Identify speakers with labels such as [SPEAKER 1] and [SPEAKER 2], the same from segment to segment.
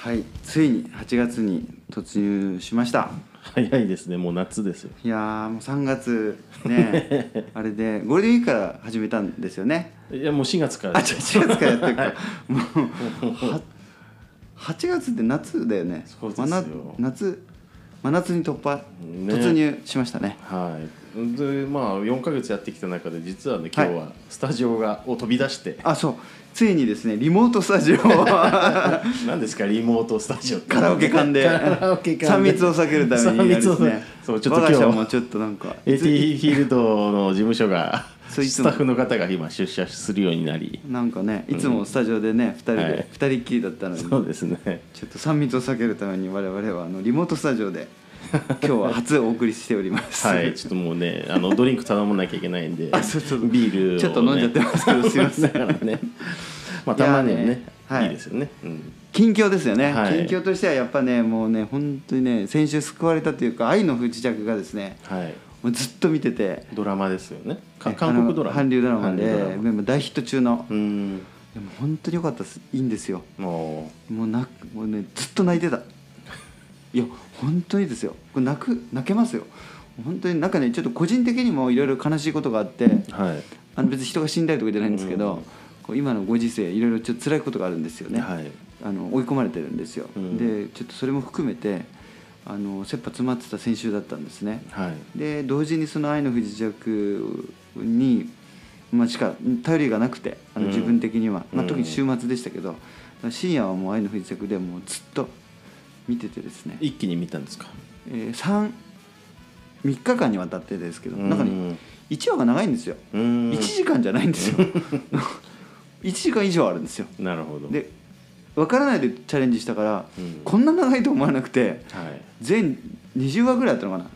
[SPEAKER 1] はいついに8月に突入しました
[SPEAKER 2] 早いですねもう夏ですよ
[SPEAKER 1] いやーもう3月 ねあれでゴールデンウィークから始めたんですよね
[SPEAKER 2] いやもう4月から
[SPEAKER 1] あ
[SPEAKER 2] で
[SPEAKER 1] 違う
[SPEAKER 2] す
[SPEAKER 1] 4月からやって るかもうは8月って夏だよね
[SPEAKER 2] そうですよ
[SPEAKER 1] 真夏夏真夏に突破、
[SPEAKER 2] ね
[SPEAKER 1] 突入しましたね
[SPEAKER 2] はいでまあ4か月やってきた中で実はね今日
[SPEAKER 1] は
[SPEAKER 2] はスタジオがを飛び出して、
[SPEAKER 1] あそうついにですねリモートスタジオ カ
[SPEAKER 2] 何ですかリモートスタジオって
[SPEAKER 1] ラオケ館で
[SPEAKER 2] カラオケ館
[SPEAKER 1] 3密を避けるためにやるんです
[SPEAKER 2] 三
[SPEAKER 1] ね
[SPEAKER 2] 密をそうちょっ
[SPEAKER 1] 我
[SPEAKER 2] と
[SPEAKER 1] が社
[SPEAKER 2] 今
[SPEAKER 1] も
[SPEAKER 2] 日
[SPEAKER 1] ちょっとなんか
[SPEAKER 2] AT フィールドの事務所が
[SPEAKER 1] そういつ
[SPEAKER 2] ス
[SPEAKER 1] も
[SPEAKER 2] タッフの方が今出社するようになり
[SPEAKER 1] なんかねいつもスタジオでね、二2人
[SPEAKER 2] は
[SPEAKER 1] で
[SPEAKER 2] い
[SPEAKER 1] 二人っきりだったのに
[SPEAKER 2] そうですね
[SPEAKER 1] ちょっと3密を避けるために我々はあのリモートスタジオ で今日は初お送りしております、
[SPEAKER 2] はい、ちょっともうね、あのドリンク頼まなきゃいけないんで、
[SPEAKER 1] あそうそう
[SPEAKER 2] ビールを、ね、
[SPEAKER 1] ちょっと飲んじゃってますけどすいま せん
[SPEAKER 2] だからね、まあたまにはね、
[SPEAKER 1] い
[SPEAKER 2] い
[SPEAKER 1] やーねはい
[SPEAKER 2] い、ですよね。うん、
[SPEAKER 1] 近況ですよね、
[SPEAKER 2] はい
[SPEAKER 1] 近況としてはやっぱねもうね本当にね先週救われたというか愛の不時着がですね
[SPEAKER 2] はい、
[SPEAKER 1] もうずっと見てて
[SPEAKER 2] ドラマですよね。か韓国ドラマ、
[SPEAKER 1] 韓流ドラマで
[SPEAKER 2] 韓流ドラマ
[SPEAKER 1] でも大ヒット中の、
[SPEAKER 2] うーん、
[SPEAKER 1] でも本当に良かったですいいんですよ
[SPEAKER 2] も
[SPEAKER 1] もうなもうねずっと泣いてた いや本当にですよこれ泣く泣けますよ本当になんかねちょっと個人的にもいろいろ悲しいことがあって
[SPEAKER 2] う、はい、
[SPEAKER 1] あの別に人が死んだりとかじゃないんですけど、
[SPEAKER 2] うん
[SPEAKER 1] こう今のご時世いろいろちょっと辛いことがあるんですよね、
[SPEAKER 2] はい
[SPEAKER 1] あの追い込まれてるんですよ、
[SPEAKER 2] うん
[SPEAKER 1] でちょっとそれも含めてあの切羽詰まってた先週だったんですね
[SPEAKER 2] はい、
[SPEAKER 1] で同時にその愛の不時着に、まあ、しか頼りがなくてあの
[SPEAKER 2] うん
[SPEAKER 1] 自分的には、まあ、
[SPEAKER 2] うん
[SPEAKER 1] 特に週末でしたけど、深夜はもう愛の不時着でもうずっと見ててですね、
[SPEAKER 2] 一気に見たんですか。
[SPEAKER 1] えー、3, 3日間にわたってですけど、中
[SPEAKER 2] う
[SPEAKER 1] に
[SPEAKER 2] ん
[SPEAKER 1] 1話が長いんですよ、
[SPEAKER 2] うーん
[SPEAKER 1] 1時間じゃないんです よ1時間以上あるんですよ
[SPEAKER 2] なるほど。
[SPEAKER 1] で分からないでチャレンジしたから、
[SPEAKER 2] うん
[SPEAKER 1] こんな長いと思わなくて
[SPEAKER 2] はい。
[SPEAKER 1] 全20話ぐらいあったのかな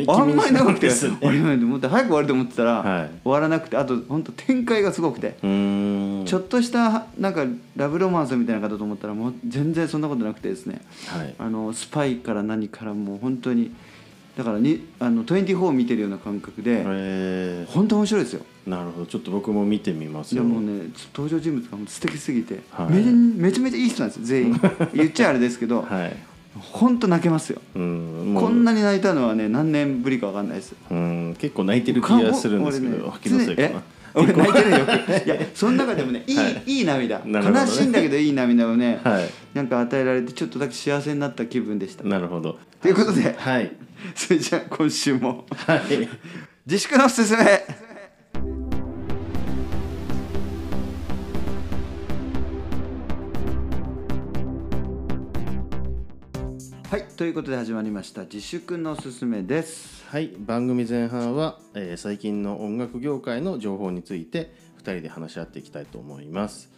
[SPEAKER 2] 一気
[SPEAKER 1] あん
[SPEAKER 2] 見
[SPEAKER 1] まり長くて
[SPEAKER 2] ですね
[SPEAKER 1] 俺も思って早く終わると思ってたら、
[SPEAKER 2] はい
[SPEAKER 1] 終わらなくてあと本当展開がすごくて、
[SPEAKER 2] うーん、
[SPEAKER 1] ちょっとしたなんかラブロマンスみたいな方と思ったらもう全然そんなことなくてですね
[SPEAKER 2] はい、
[SPEAKER 1] あのスパイから何からもう本当にだからにあの24を見てるような感覚で、
[SPEAKER 2] え
[SPEAKER 1] 本当面白いですよ
[SPEAKER 2] ー、なるほど。ちょっと僕も見てみます
[SPEAKER 1] いや
[SPEAKER 2] よ。
[SPEAKER 1] もうね登場人物がもう素敵すぎて、
[SPEAKER 2] はい
[SPEAKER 1] めめちゃめちゃいい人なんですよ全 員言っちゃあれですけど、
[SPEAKER 2] はい、
[SPEAKER 1] ほんと泣けますよ
[SPEAKER 2] うん、もう
[SPEAKER 1] こんなに泣いたのはね何年ぶりか分かんないです
[SPEAKER 2] うん結構泣いてる気がするんですけど、
[SPEAKER 1] 俺
[SPEAKER 2] 気のせいか
[SPEAKER 1] ね
[SPEAKER 2] な。
[SPEAKER 1] 常にえ俺泣いてるよよくいや その中でもねいい,、
[SPEAKER 2] はいい、
[SPEAKER 1] い涙、
[SPEAKER 2] なるほどね
[SPEAKER 1] 悲しいんだけどいい涙をね、
[SPEAKER 2] はい
[SPEAKER 1] なんか与えられてちょっとだけ幸せになった気分でした
[SPEAKER 2] なるほど。
[SPEAKER 1] ということで、
[SPEAKER 2] はい。
[SPEAKER 1] それじゃあ今週も
[SPEAKER 2] はい。
[SPEAKER 1] 自粛のおすすめはいということで始まりました自粛のおすすめです
[SPEAKER 2] はい、番組前半は、えー最近の音楽業界の情報について2人で話し合っていきたいと思います。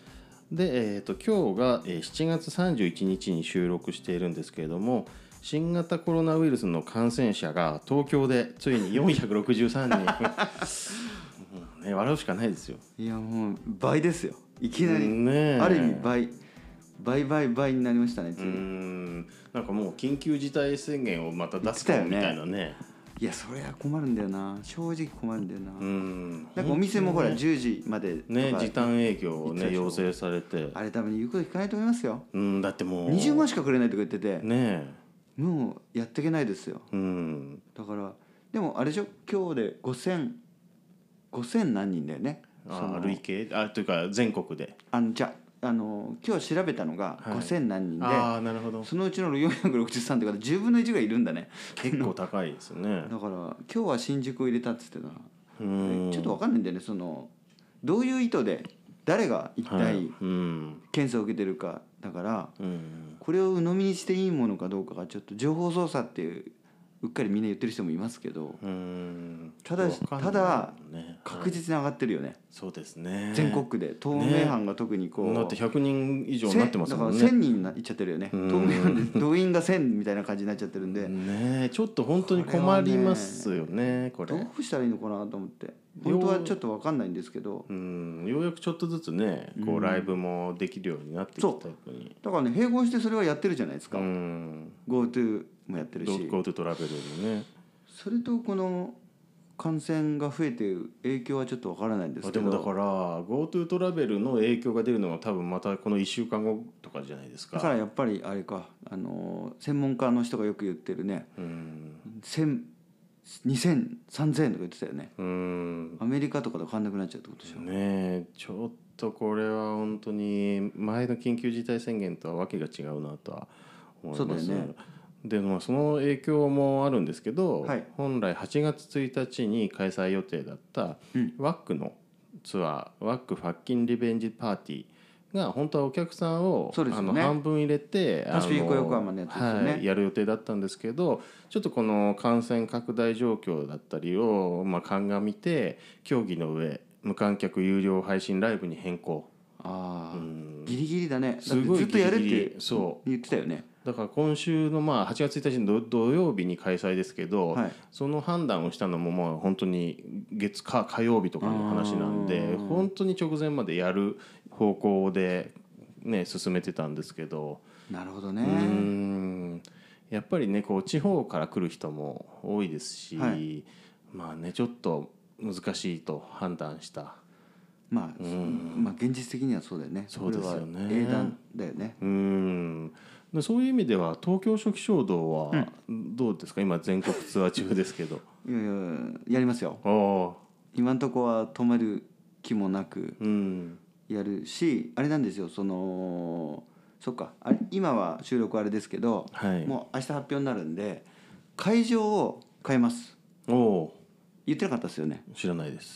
[SPEAKER 2] で、えー、と今日が、えー7月31日に収録しているんですけれども新型コロナウイルスの感染者が東京でついに463人、 うんね、笑うしかないですよ。
[SPEAKER 1] いやもう倍ですよいきなり、
[SPEAKER 2] ねえ
[SPEAKER 1] ある意味倍倍倍倍になりましたねついうに
[SPEAKER 2] んなんかもう緊急事態宣言をまた出すかもみたいなね。
[SPEAKER 1] いやそれは困るんだよな正直困るんだよな、
[SPEAKER 2] うん
[SPEAKER 1] なんかお店もほら10時までとか、
[SPEAKER 2] ね時短営業を
[SPEAKER 1] 言っ
[SPEAKER 2] ね
[SPEAKER 1] てた
[SPEAKER 2] 要
[SPEAKER 1] でしょ
[SPEAKER 2] 請されて
[SPEAKER 1] あれ多分言うこと聞かないと思いますよ
[SPEAKER 2] うんだってもう
[SPEAKER 1] 20万しかくれないとか言ってて、
[SPEAKER 2] ね
[SPEAKER 1] もうやっていけないですよ
[SPEAKER 2] えうん
[SPEAKER 1] だからでもあれでしょ今日で5000 5000何人だよねそ
[SPEAKER 2] あ
[SPEAKER 1] の
[SPEAKER 2] 累計あというか全国で
[SPEAKER 1] あのじゃああの今日調べたのが
[SPEAKER 2] はい
[SPEAKER 1] 5000何人で、
[SPEAKER 2] ああなるほど
[SPEAKER 1] そのうちの463ってことで10分の1ぐらいいるんだね
[SPEAKER 2] 結構高いですね
[SPEAKER 1] だから今日は新宿を入れたっつってたな
[SPEAKER 2] うん
[SPEAKER 1] ちょっと分かんないんだよねそのどういう意図で誰が一
[SPEAKER 2] は
[SPEAKER 1] 体
[SPEAKER 2] いうん
[SPEAKER 1] 検査を受けてるかだから、
[SPEAKER 2] うん
[SPEAKER 1] これを鵜呑みにしていいものかどうかがちょっと情報操作っていううっかりみんな言ってる人もいますけど
[SPEAKER 2] うん
[SPEAKER 1] ただ
[SPEAKER 2] わかんな
[SPEAKER 1] た
[SPEAKER 2] い
[SPEAKER 1] だ
[SPEAKER 2] ね
[SPEAKER 1] 確実に上がってるよね、
[SPEAKER 2] そうですね
[SPEAKER 1] 全国区で東名阪が特にこう、
[SPEAKER 2] だって100人以上
[SPEAKER 1] せ
[SPEAKER 2] になってます
[SPEAKER 1] だか
[SPEAKER 2] も
[SPEAKER 1] ら
[SPEAKER 2] ん
[SPEAKER 1] 1000
[SPEAKER 2] ね
[SPEAKER 1] 人になっちゃってるよね
[SPEAKER 2] う
[SPEAKER 1] 東
[SPEAKER 2] ん
[SPEAKER 1] 名阪で動員が1000みたいな感じになっちゃってるんで、
[SPEAKER 2] ねえちょっと本当に困りますよねこれ
[SPEAKER 1] どうしたらいいのかなと思って本当はちょっと分かんないんですけど
[SPEAKER 2] うんようやくちょっとずつねこうライブもできるようになってきた
[SPEAKER 1] そ
[SPEAKER 2] のに
[SPEAKER 1] だからね並行してそれはやってるじゃないです
[SPEAKER 2] う
[SPEAKER 1] か、
[SPEAKER 2] ん
[SPEAKER 1] GoTo もやってるし
[SPEAKER 2] GoTo トラベルもね
[SPEAKER 1] それとこの感染が増えて影響はちょっとわからないんです
[SPEAKER 2] あ
[SPEAKER 1] け
[SPEAKER 2] で
[SPEAKER 1] ど
[SPEAKER 2] もだから GoTo トラベルの影響が出るのは多分またこの1週間後とかじゃないですか
[SPEAKER 1] だからやっぱりあれかあのー専門家の人がよく言ってるね
[SPEAKER 2] うん
[SPEAKER 1] 100020003000とか言ってたよね
[SPEAKER 2] うん
[SPEAKER 1] アメリカとかと変わんなくなっちゃうってことでしょ
[SPEAKER 2] ねえちょっとこれは本当に前の緊急事態宣言とはわけが違うなとは思います
[SPEAKER 1] そうだよね
[SPEAKER 2] でまあ、その影響もあるんですけど、
[SPEAKER 1] はい
[SPEAKER 2] 本来8月1日に開催予定だった
[SPEAKER 1] うん
[SPEAKER 2] ワックのツアーワックファッキンリベンジパーティーが本当はお客さんを、
[SPEAKER 1] そうですよ
[SPEAKER 2] あ
[SPEAKER 1] ね
[SPEAKER 2] の半分入れて
[SPEAKER 1] パシフィコ横浜のやつですよね
[SPEAKER 2] はい、やる予定だったんですけどちょっとこの感染拡大状況だったりを、まあ、鑑みて競技の上無観客有料配信ライブに変更
[SPEAKER 1] ああ、
[SPEAKER 2] ん
[SPEAKER 1] ギリギリだねだって
[SPEAKER 2] すごい
[SPEAKER 1] ずっとやるっ
[SPEAKER 2] ギリギ
[SPEAKER 1] て
[SPEAKER 2] リそ
[SPEAKER 1] 言ってたよね
[SPEAKER 2] うだから今週のまあ8月1日の土土曜日に開催ですけど、
[SPEAKER 1] はい
[SPEAKER 2] その判断をしたのもまあ本当に月か火曜日とかの話なんで
[SPEAKER 1] うん
[SPEAKER 2] 本当に直前までやる方向で、ね、進めてたんですけど。
[SPEAKER 1] なるほど
[SPEAKER 2] うー
[SPEAKER 1] ね
[SPEAKER 2] んやっぱりねこう地方から来る人も多いですし、
[SPEAKER 1] は
[SPEAKER 2] まあねちょっと難しいと判断した
[SPEAKER 1] まあ、まあ現実的にはそうだよね
[SPEAKER 2] そうですよね
[SPEAKER 1] これは英断だよね
[SPEAKER 2] うーんでそういう意味では東京初期衝動はどうですか、今全国ツアー中ですけ ど
[SPEAKER 1] いやいややりますよ
[SPEAKER 2] ああ
[SPEAKER 1] 今んとこは止める気もなく
[SPEAKER 2] うん
[SPEAKER 1] やるしあれなんですよそのそっかあれ今は収録あれですけど、
[SPEAKER 2] はい
[SPEAKER 1] もう明日発表になるんで会場を変えます
[SPEAKER 2] おお
[SPEAKER 1] 言ってなかったですよ ね
[SPEAKER 2] 知らないです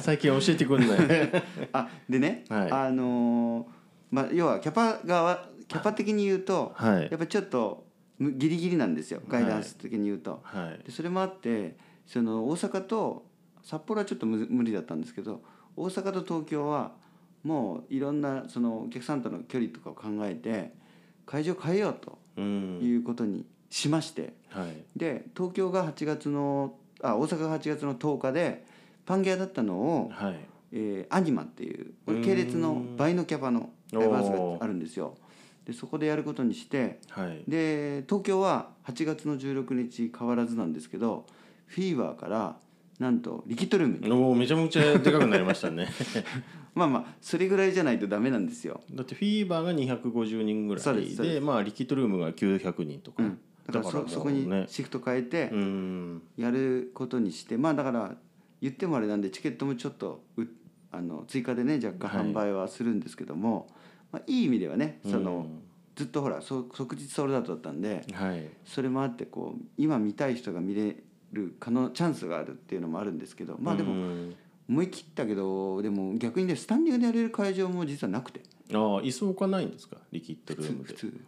[SPEAKER 2] 最近は教えてく んない
[SPEAKER 1] あでね、
[SPEAKER 2] はい
[SPEAKER 1] あのーまあ、要はキャパがキャパ的に言うと、
[SPEAKER 2] はい
[SPEAKER 1] やっぱちょっとむギリギリなんですよガイダンス的に言うと、
[SPEAKER 2] はい
[SPEAKER 1] でそれもあってその大阪と札幌はちょっとむ無理だったんですけど大阪と東京はもういろんなそのお客さんとの距離とかを考えて会場変えようと
[SPEAKER 2] うん
[SPEAKER 1] いうことにしまして、
[SPEAKER 2] はい
[SPEAKER 1] で東京が8月のあ大阪が8月の10日でパンゲアだったのを、
[SPEAKER 2] はい
[SPEAKER 1] えーアニマっていうこれ系列の倍のキャパのライブハウスがあるんですよ。でそこでやることにして
[SPEAKER 2] はい
[SPEAKER 1] で東京は8月の16日変わらずなんですけどフィーバーからなんとリキッドルームに
[SPEAKER 2] おおめちゃめちゃでかくなりましたね
[SPEAKER 1] まあまあそれぐらいじゃないとダメなんですよ
[SPEAKER 2] だってフィーバーが250人ぐら
[SPEAKER 1] そうで
[SPEAKER 2] いです
[SPEAKER 1] そうで
[SPEAKER 2] まあリキッドルームが900人とか、
[SPEAKER 1] だからそ
[SPEAKER 2] もう
[SPEAKER 1] そこに
[SPEAKER 2] ね
[SPEAKER 1] シフト変えて
[SPEAKER 2] うん
[SPEAKER 1] やることにしてまあだから言ってもあれなんでチケットもちょっとうあの追加でね若干販売はするんですけども、いまあ、いい意味ではねその、ずっとほらそ即日ソールドアウトだったんで
[SPEAKER 2] はい
[SPEAKER 1] それもあってこう今見たい人が見れる可能チャンスがあるっていうのもあるんですけどまあでも
[SPEAKER 2] うん
[SPEAKER 1] 思い切ったけどでも逆にねスタンディングでやれる会場も実はなくて
[SPEAKER 2] ああ椅子置かないんですかリキッドルーム
[SPEAKER 1] 普
[SPEAKER 2] で
[SPEAKER 1] 通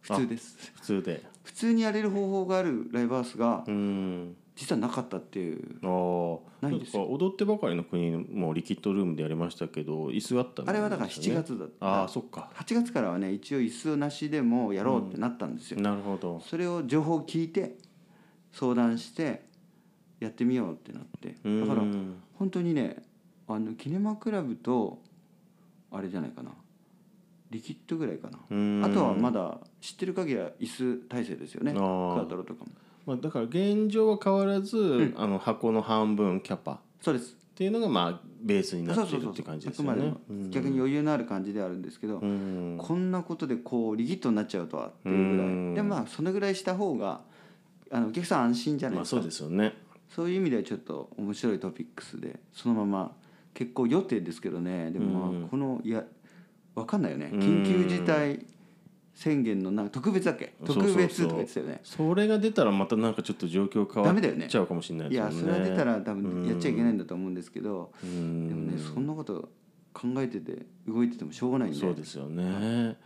[SPEAKER 1] 普通です
[SPEAKER 2] 普通で
[SPEAKER 1] 普通にやれる方法があるライブハウスが
[SPEAKER 2] うん
[SPEAKER 1] 実はなかったっていう
[SPEAKER 2] ああ
[SPEAKER 1] ないんです
[SPEAKER 2] なんか踊ってばかりの国もリキッドルームでやりましたけど椅子あったん
[SPEAKER 1] あ
[SPEAKER 2] ですよね
[SPEAKER 1] れはだから7月だった
[SPEAKER 2] ああそっか
[SPEAKER 1] 8月からはね一応椅子なしでもやろうってなったんですよ、
[SPEAKER 2] なるほど
[SPEAKER 1] それを情報を聞いて相談してやってみようってなって
[SPEAKER 2] うん
[SPEAKER 1] だから本当にねあのキネマクラブとあれじゃないかなリキッドぐらいかな
[SPEAKER 2] うん
[SPEAKER 1] あとはまだ知ってる限りは椅子体制ですよね
[SPEAKER 2] あ
[SPEAKER 1] ク
[SPEAKER 2] ー
[SPEAKER 1] アトロとかも
[SPEAKER 2] まあ、だから現状は変わらず、あの箱の半分キャパっ
[SPEAKER 1] そうです
[SPEAKER 2] ていうのがまあベースにな
[SPEAKER 1] そう
[SPEAKER 2] って
[SPEAKER 1] そう
[SPEAKER 2] る
[SPEAKER 1] そう
[SPEAKER 2] っ
[SPEAKER 1] そ
[SPEAKER 2] て
[SPEAKER 1] う
[SPEAKER 2] 感じ
[SPEAKER 1] あ
[SPEAKER 2] です
[SPEAKER 1] く
[SPEAKER 2] よ
[SPEAKER 1] まで
[SPEAKER 2] ね
[SPEAKER 1] も逆に余裕のある感じではあるんですけど、
[SPEAKER 2] うん
[SPEAKER 1] こんなことでこうリキッドになっちゃうとはっていうぐらい、
[SPEAKER 2] うん
[SPEAKER 1] でまあそのぐらいした方があのお客さん安心じゃない
[SPEAKER 2] ま
[SPEAKER 1] で
[SPEAKER 2] あ
[SPEAKER 1] すか、
[SPEAKER 2] そうですよね
[SPEAKER 1] そういう意味ではちょっと面白いトピックスでそのまま結構予定ですけどねでも
[SPEAKER 2] う
[SPEAKER 1] ま
[SPEAKER 2] ん
[SPEAKER 1] あこのいやわかんないよね
[SPEAKER 2] うん
[SPEAKER 1] 緊急事態宣言のなんか特別だっけ
[SPEAKER 2] そうそうそう
[SPEAKER 1] 特別とか言ってたよね
[SPEAKER 2] それが出たらまたなんかちょっと状況変わ
[SPEAKER 1] ダメだよね
[SPEAKER 2] っちゃうかもしれない
[SPEAKER 1] い
[SPEAKER 2] ですも
[SPEAKER 1] や
[SPEAKER 2] んね
[SPEAKER 1] それは出たら多分やっちゃいけないんだと思うんですけど、
[SPEAKER 2] うん
[SPEAKER 1] でもねそんなこと考えてて動いててもしょうがないんで
[SPEAKER 2] そうですよね。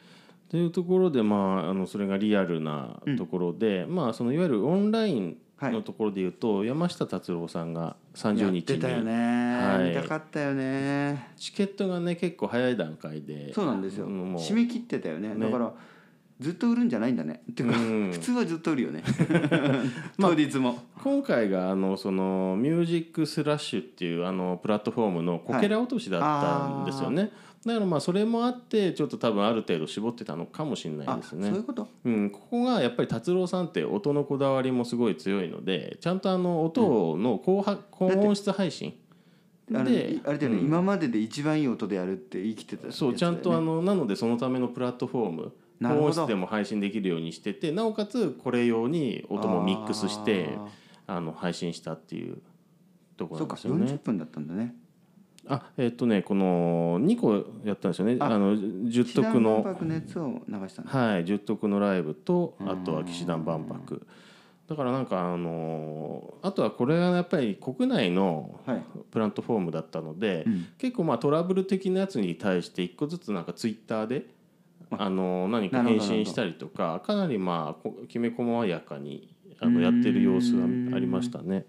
[SPEAKER 2] というところで、まあ、あのそれがリアルなところで、まあ、そのいわゆるオンラインのところでいうと、山下達郎さんが30
[SPEAKER 1] やっ
[SPEAKER 2] 日
[SPEAKER 1] てたよ
[SPEAKER 2] に
[SPEAKER 1] ね、
[SPEAKER 2] はい
[SPEAKER 1] 見たかったよね
[SPEAKER 2] チケットがね結構早い段階で
[SPEAKER 1] そうなんですよ
[SPEAKER 2] もう
[SPEAKER 1] 締め切ってたよね
[SPEAKER 2] ね
[SPEAKER 1] だからずっと売るんじゃないんだねっていうか、
[SPEAKER 2] うん
[SPEAKER 1] 普通はずっと売るよ ね
[SPEAKER 2] まあ
[SPEAKER 1] 当日も、
[SPEAKER 2] 今回があのそのミュージックスラッシュっていうあのプラットフォームのこけら落としだったんですよね、だからまあそれもあってちょっと多分ある程度絞ってたのかもしれない
[SPEAKER 1] あ
[SPEAKER 2] です
[SPEAKER 1] そう
[SPEAKER 2] ね
[SPEAKER 1] いうこと
[SPEAKER 2] うん、ここがやっぱり達郎さんって音のこだわりもすごい強いのでちゃんとあの音の高,、高音質配信
[SPEAKER 1] あれ
[SPEAKER 2] で
[SPEAKER 1] あれだよね、
[SPEAKER 2] うん
[SPEAKER 1] 今までで一番いい音でやるって生きてたやつだ
[SPEAKER 2] そ
[SPEAKER 1] よ
[SPEAKER 2] う
[SPEAKER 1] ね
[SPEAKER 2] ちゃんとあのなのでそのためのプラットフォーム
[SPEAKER 1] なる
[SPEAKER 2] 高
[SPEAKER 1] ほ
[SPEAKER 2] 音
[SPEAKER 1] ど
[SPEAKER 2] 質でも配信できるようにしててなおかつこれ用に音もミックスして
[SPEAKER 1] あ
[SPEAKER 2] あの配信したっていうとこ
[SPEAKER 1] ー
[SPEAKER 2] ろ
[SPEAKER 1] そ
[SPEAKER 2] な
[SPEAKER 1] うんか
[SPEAKER 2] ですよね。
[SPEAKER 1] 40分だったんだね
[SPEAKER 2] あえっ、とねこの2個やったんですよね
[SPEAKER 1] あ
[SPEAKER 2] あの10徳
[SPEAKER 1] 万
[SPEAKER 2] の
[SPEAKER 1] 博のやつを流したんだ
[SPEAKER 2] はい、十徳のライブと
[SPEAKER 1] うん
[SPEAKER 2] あとは騎士団万博だからなんかあのーあとはこれがやっぱり国内の
[SPEAKER 1] はい、
[SPEAKER 2] プラットフォームだったので、
[SPEAKER 1] うん
[SPEAKER 2] 結構まあトラブル的なやつに対して一個ずつなんかツイッターで。あのー何か
[SPEAKER 1] なるほ
[SPEAKER 2] 返
[SPEAKER 1] ど
[SPEAKER 2] 信したりとかかなりまあこきめ細やかにあのやってる様子がありましたね。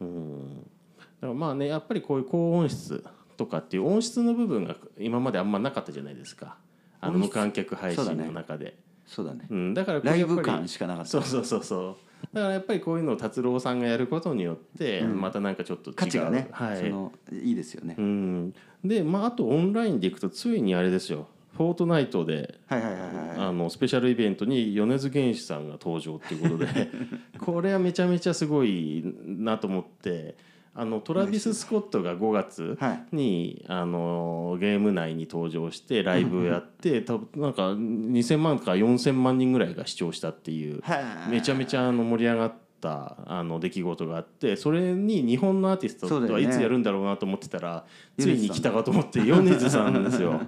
[SPEAKER 2] うんだからまあねやっぱりこういう高音質とかっていう音質の部分が今まであんまなかったじゃないですかあの
[SPEAKER 1] 音質
[SPEAKER 2] 無観客配信
[SPEAKER 1] そうだ
[SPEAKER 2] の
[SPEAKER 1] ね
[SPEAKER 2] 中で
[SPEAKER 1] そうだね
[SPEAKER 2] うん、だからこれ
[SPEAKER 1] ライ
[SPEAKER 2] やっぱり
[SPEAKER 1] ブ感しかなかった
[SPEAKER 2] そうそうそうそうだからやっぱりこういうのを達郎さんがやることによって
[SPEAKER 1] うん
[SPEAKER 2] またなんかちょっと違う、
[SPEAKER 1] 価値がね、
[SPEAKER 2] はい
[SPEAKER 1] そのいいですよね、
[SPEAKER 2] うん、でまああとオンラインでいくとついにあれですよ「フォートナイトで」
[SPEAKER 1] はいはいはいはい
[SPEAKER 2] あのスペシャルイベントに米津玄師さんが登場っていうことで これはめちゃめちゃすごいなと思ってあのトラビス・スコットが5月
[SPEAKER 1] はい
[SPEAKER 2] に、あのゲーム内に登場してライブをや って多分なんか2,000万か4,000万人ぐらいが視聴したっていう
[SPEAKER 1] はい
[SPEAKER 2] めちゃめちゃあの盛り上がったあの出来事があってそれに日本のアーティスト
[SPEAKER 1] そうだ
[SPEAKER 2] と
[SPEAKER 1] よ
[SPEAKER 2] は
[SPEAKER 1] ね
[SPEAKER 2] いつやるんだろうなと思ってたら、つ
[SPEAKER 1] 米
[SPEAKER 2] い
[SPEAKER 1] 津
[SPEAKER 2] に
[SPEAKER 1] さん
[SPEAKER 2] 来たかと思って米津さんなんで すよ。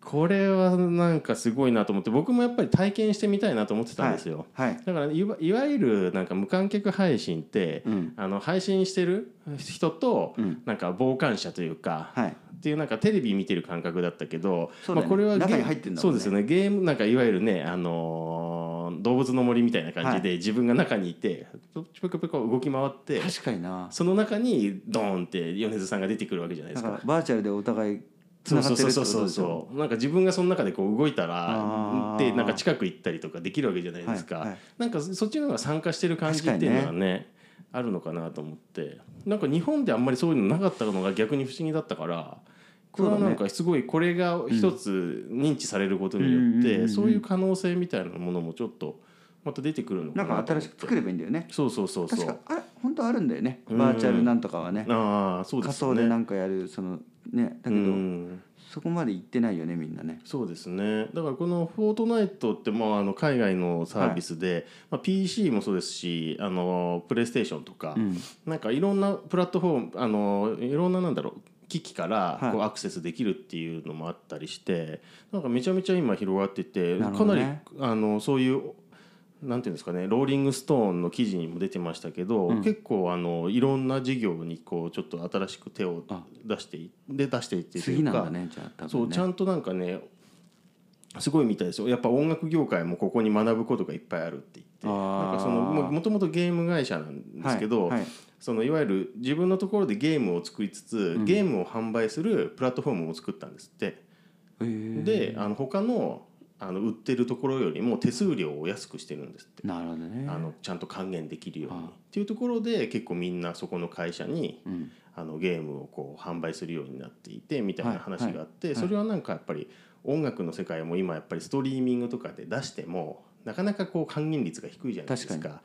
[SPEAKER 2] これはなんかすごいなと思って僕もやっぱり体験してみたいなと思ってたんですよ。
[SPEAKER 1] はい
[SPEAKER 2] だからいわいわゆるなんか無観客配信って、
[SPEAKER 1] うん
[SPEAKER 2] あの配信してる人と、
[SPEAKER 1] うん
[SPEAKER 2] なんか傍観者というか、
[SPEAKER 1] はい
[SPEAKER 2] っていうなんかテレビ見てる感覚だったけど、
[SPEAKER 1] そうだね
[SPEAKER 2] まあこれはゲ
[SPEAKER 1] 中に入ってんだ
[SPEAKER 2] そ
[SPEAKER 1] もんね
[SPEAKER 2] うですよねゲームなんかいわゆるねあのー動物の森みたいな感じで、自分が中にいてぷくぷく動き回って
[SPEAKER 1] 確かにな
[SPEAKER 2] その中にドーンって米津さんが出てくるわけじゃないで
[SPEAKER 1] だ
[SPEAKER 2] す
[SPEAKER 1] か
[SPEAKER 2] から
[SPEAKER 1] バーチャルでお互いつ
[SPEAKER 2] そ
[SPEAKER 1] な
[SPEAKER 2] う
[SPEAKER 1] がっ
[SPEAKER 2] そう
[SPEAKER 1] てる
[SPEAKER 2] そう
[SPEAKER 1] って
[SPEAKER 2] そ
[SPEAKER 1] こ
[SPEAKER 2] うそ
[SPEAKER 1] と
[SPEAKER 2] う
[SPEAKER 1] でしょ
[SPEAKER 2] なんか自分がその中でこう動いたら
[SPEAKER 1] あー
[SPEAKER 2] でなんか近く行ったりとかできるわけじゃないですか、
[SPEAKER 1] はいはい
[SPEAKER 2] なんかそっちの方が参加してる感じっていうのはねあるのかなと思ってなんか日本であんまりそういうのなかったのが逆に不思議だったからこれはなんかすごいこれが一つ認知されることによっ
[SPEAKER 1] うんうんうんうんう
[SPEAKER 2] て
[SPEAKER 1] ん
[SPEAKER 2] そういう可能性みたいなものもちょっとまた出てくるの
[SPEAKER 1] な
[SPEAKER 2] か
[SPEAKER 1] ん
[SPEAKER 2] な
[SPEAKER 1] か
[SPEAKER 2] と思
[SPEAKER 1] 新
[SPEAKER 2] って
[SPEAKER 1] しく作ればいいんだよね
[SPEAKER 2] そうそうそうそ
[SPEAKER 1] 確
[SPEAKER 2] う
[SPEAKER 1] かあれ本当あるんだよね
[SPEAKER 2] うん
[SPEAKER 1] バーチャルなんとかはね
[SPEAKER 2] ああそうで
[SPEAKER 1] 仮
[SPEAKER 2] すね
[SPEAKER 1] 想でなんかやるそのねだけど
[SPEAKER 2] うん
[SPEAKER 1] そこまで行ってないよねみんなね
[SPEAKER 2] そうですねだからこの「フォートナイト」って、まあ、あの海外のサービスで、まあ、PC もそうですしあのプレイステーションとか、
[SPEAKER 1] うん
[SPEAKER 2] なんかいろんなプラットフォームあのいろんななんだろう機器から
[SPEAKER 1] はい
[SPEAKER 2] こうアクセスできるっていうのもあったりして、なんかめちゃめちゃ今広がってて、
[SPEAKER 1] なる
[SPEAKER 2] か
[SPEAKER 1] ほど
[SPEAKER 2] なり
[SPEAKER 1] ね
[SPEAKER 2] あのそういうなんていうんですかねローリングストーンの記事にも出てましたけど、
[SPEAKER 1] うん
[SPEAKER 2] 結構あのいろんな事業にこうちょっと新しく手を
[SPEAKER 1] あ
[SPEAKER 2] 出していで出していってとい
[SPEAKER 1] 次
[SPEAKER 2] う
[SPEAKER 1] な
[SPEAKER 2] か
[SPEAKER 1] んだねじゃあ多分ね
[SPEAKER 2] そうちゃんとなんかねすごいみたいですよやっぱ音楽業界もここに学ぶことがいっぱいあるって言って
[SPEAKER 1] あー
[SPEAKER 2] なんかそのももともとゲーム会社なんですけど、
[SPEAKER 1] はいはい
[SPEAKER 2] そのいわゆる自分のところでゲームを作りつつ、
[SPEAKER 1] ん
[SPEAKER 2] ゲームを販売するプラットフォームを作ったんですって、
[SPEAKER 1] へー
[SPEAKER 2] であの他のあの売ってるところよりも手数料を安くしてるんですって、
[SPEAKER 1] なるほどね
[SPEAKER 2] あのちゃんと還元できるように、
[SPEAKER 1] あー
[SPEAKER 2] っていうところで結構みんなそこの会社に
[SPEAKER 1] うん
[SPEAKER 2] あのゲームをこう販売するようになっていてみたい
[SPEAKER 1] は
[SPEAKER 2] ない話があって、
[SPEAKER 1] はい
[SPEAKER 2] それはなんかやっぱり音楽の世界も今やっぱりストリーミングとかで出してもなかなかこう還元率が低いじゃないですか
[SPEAKER 1] 確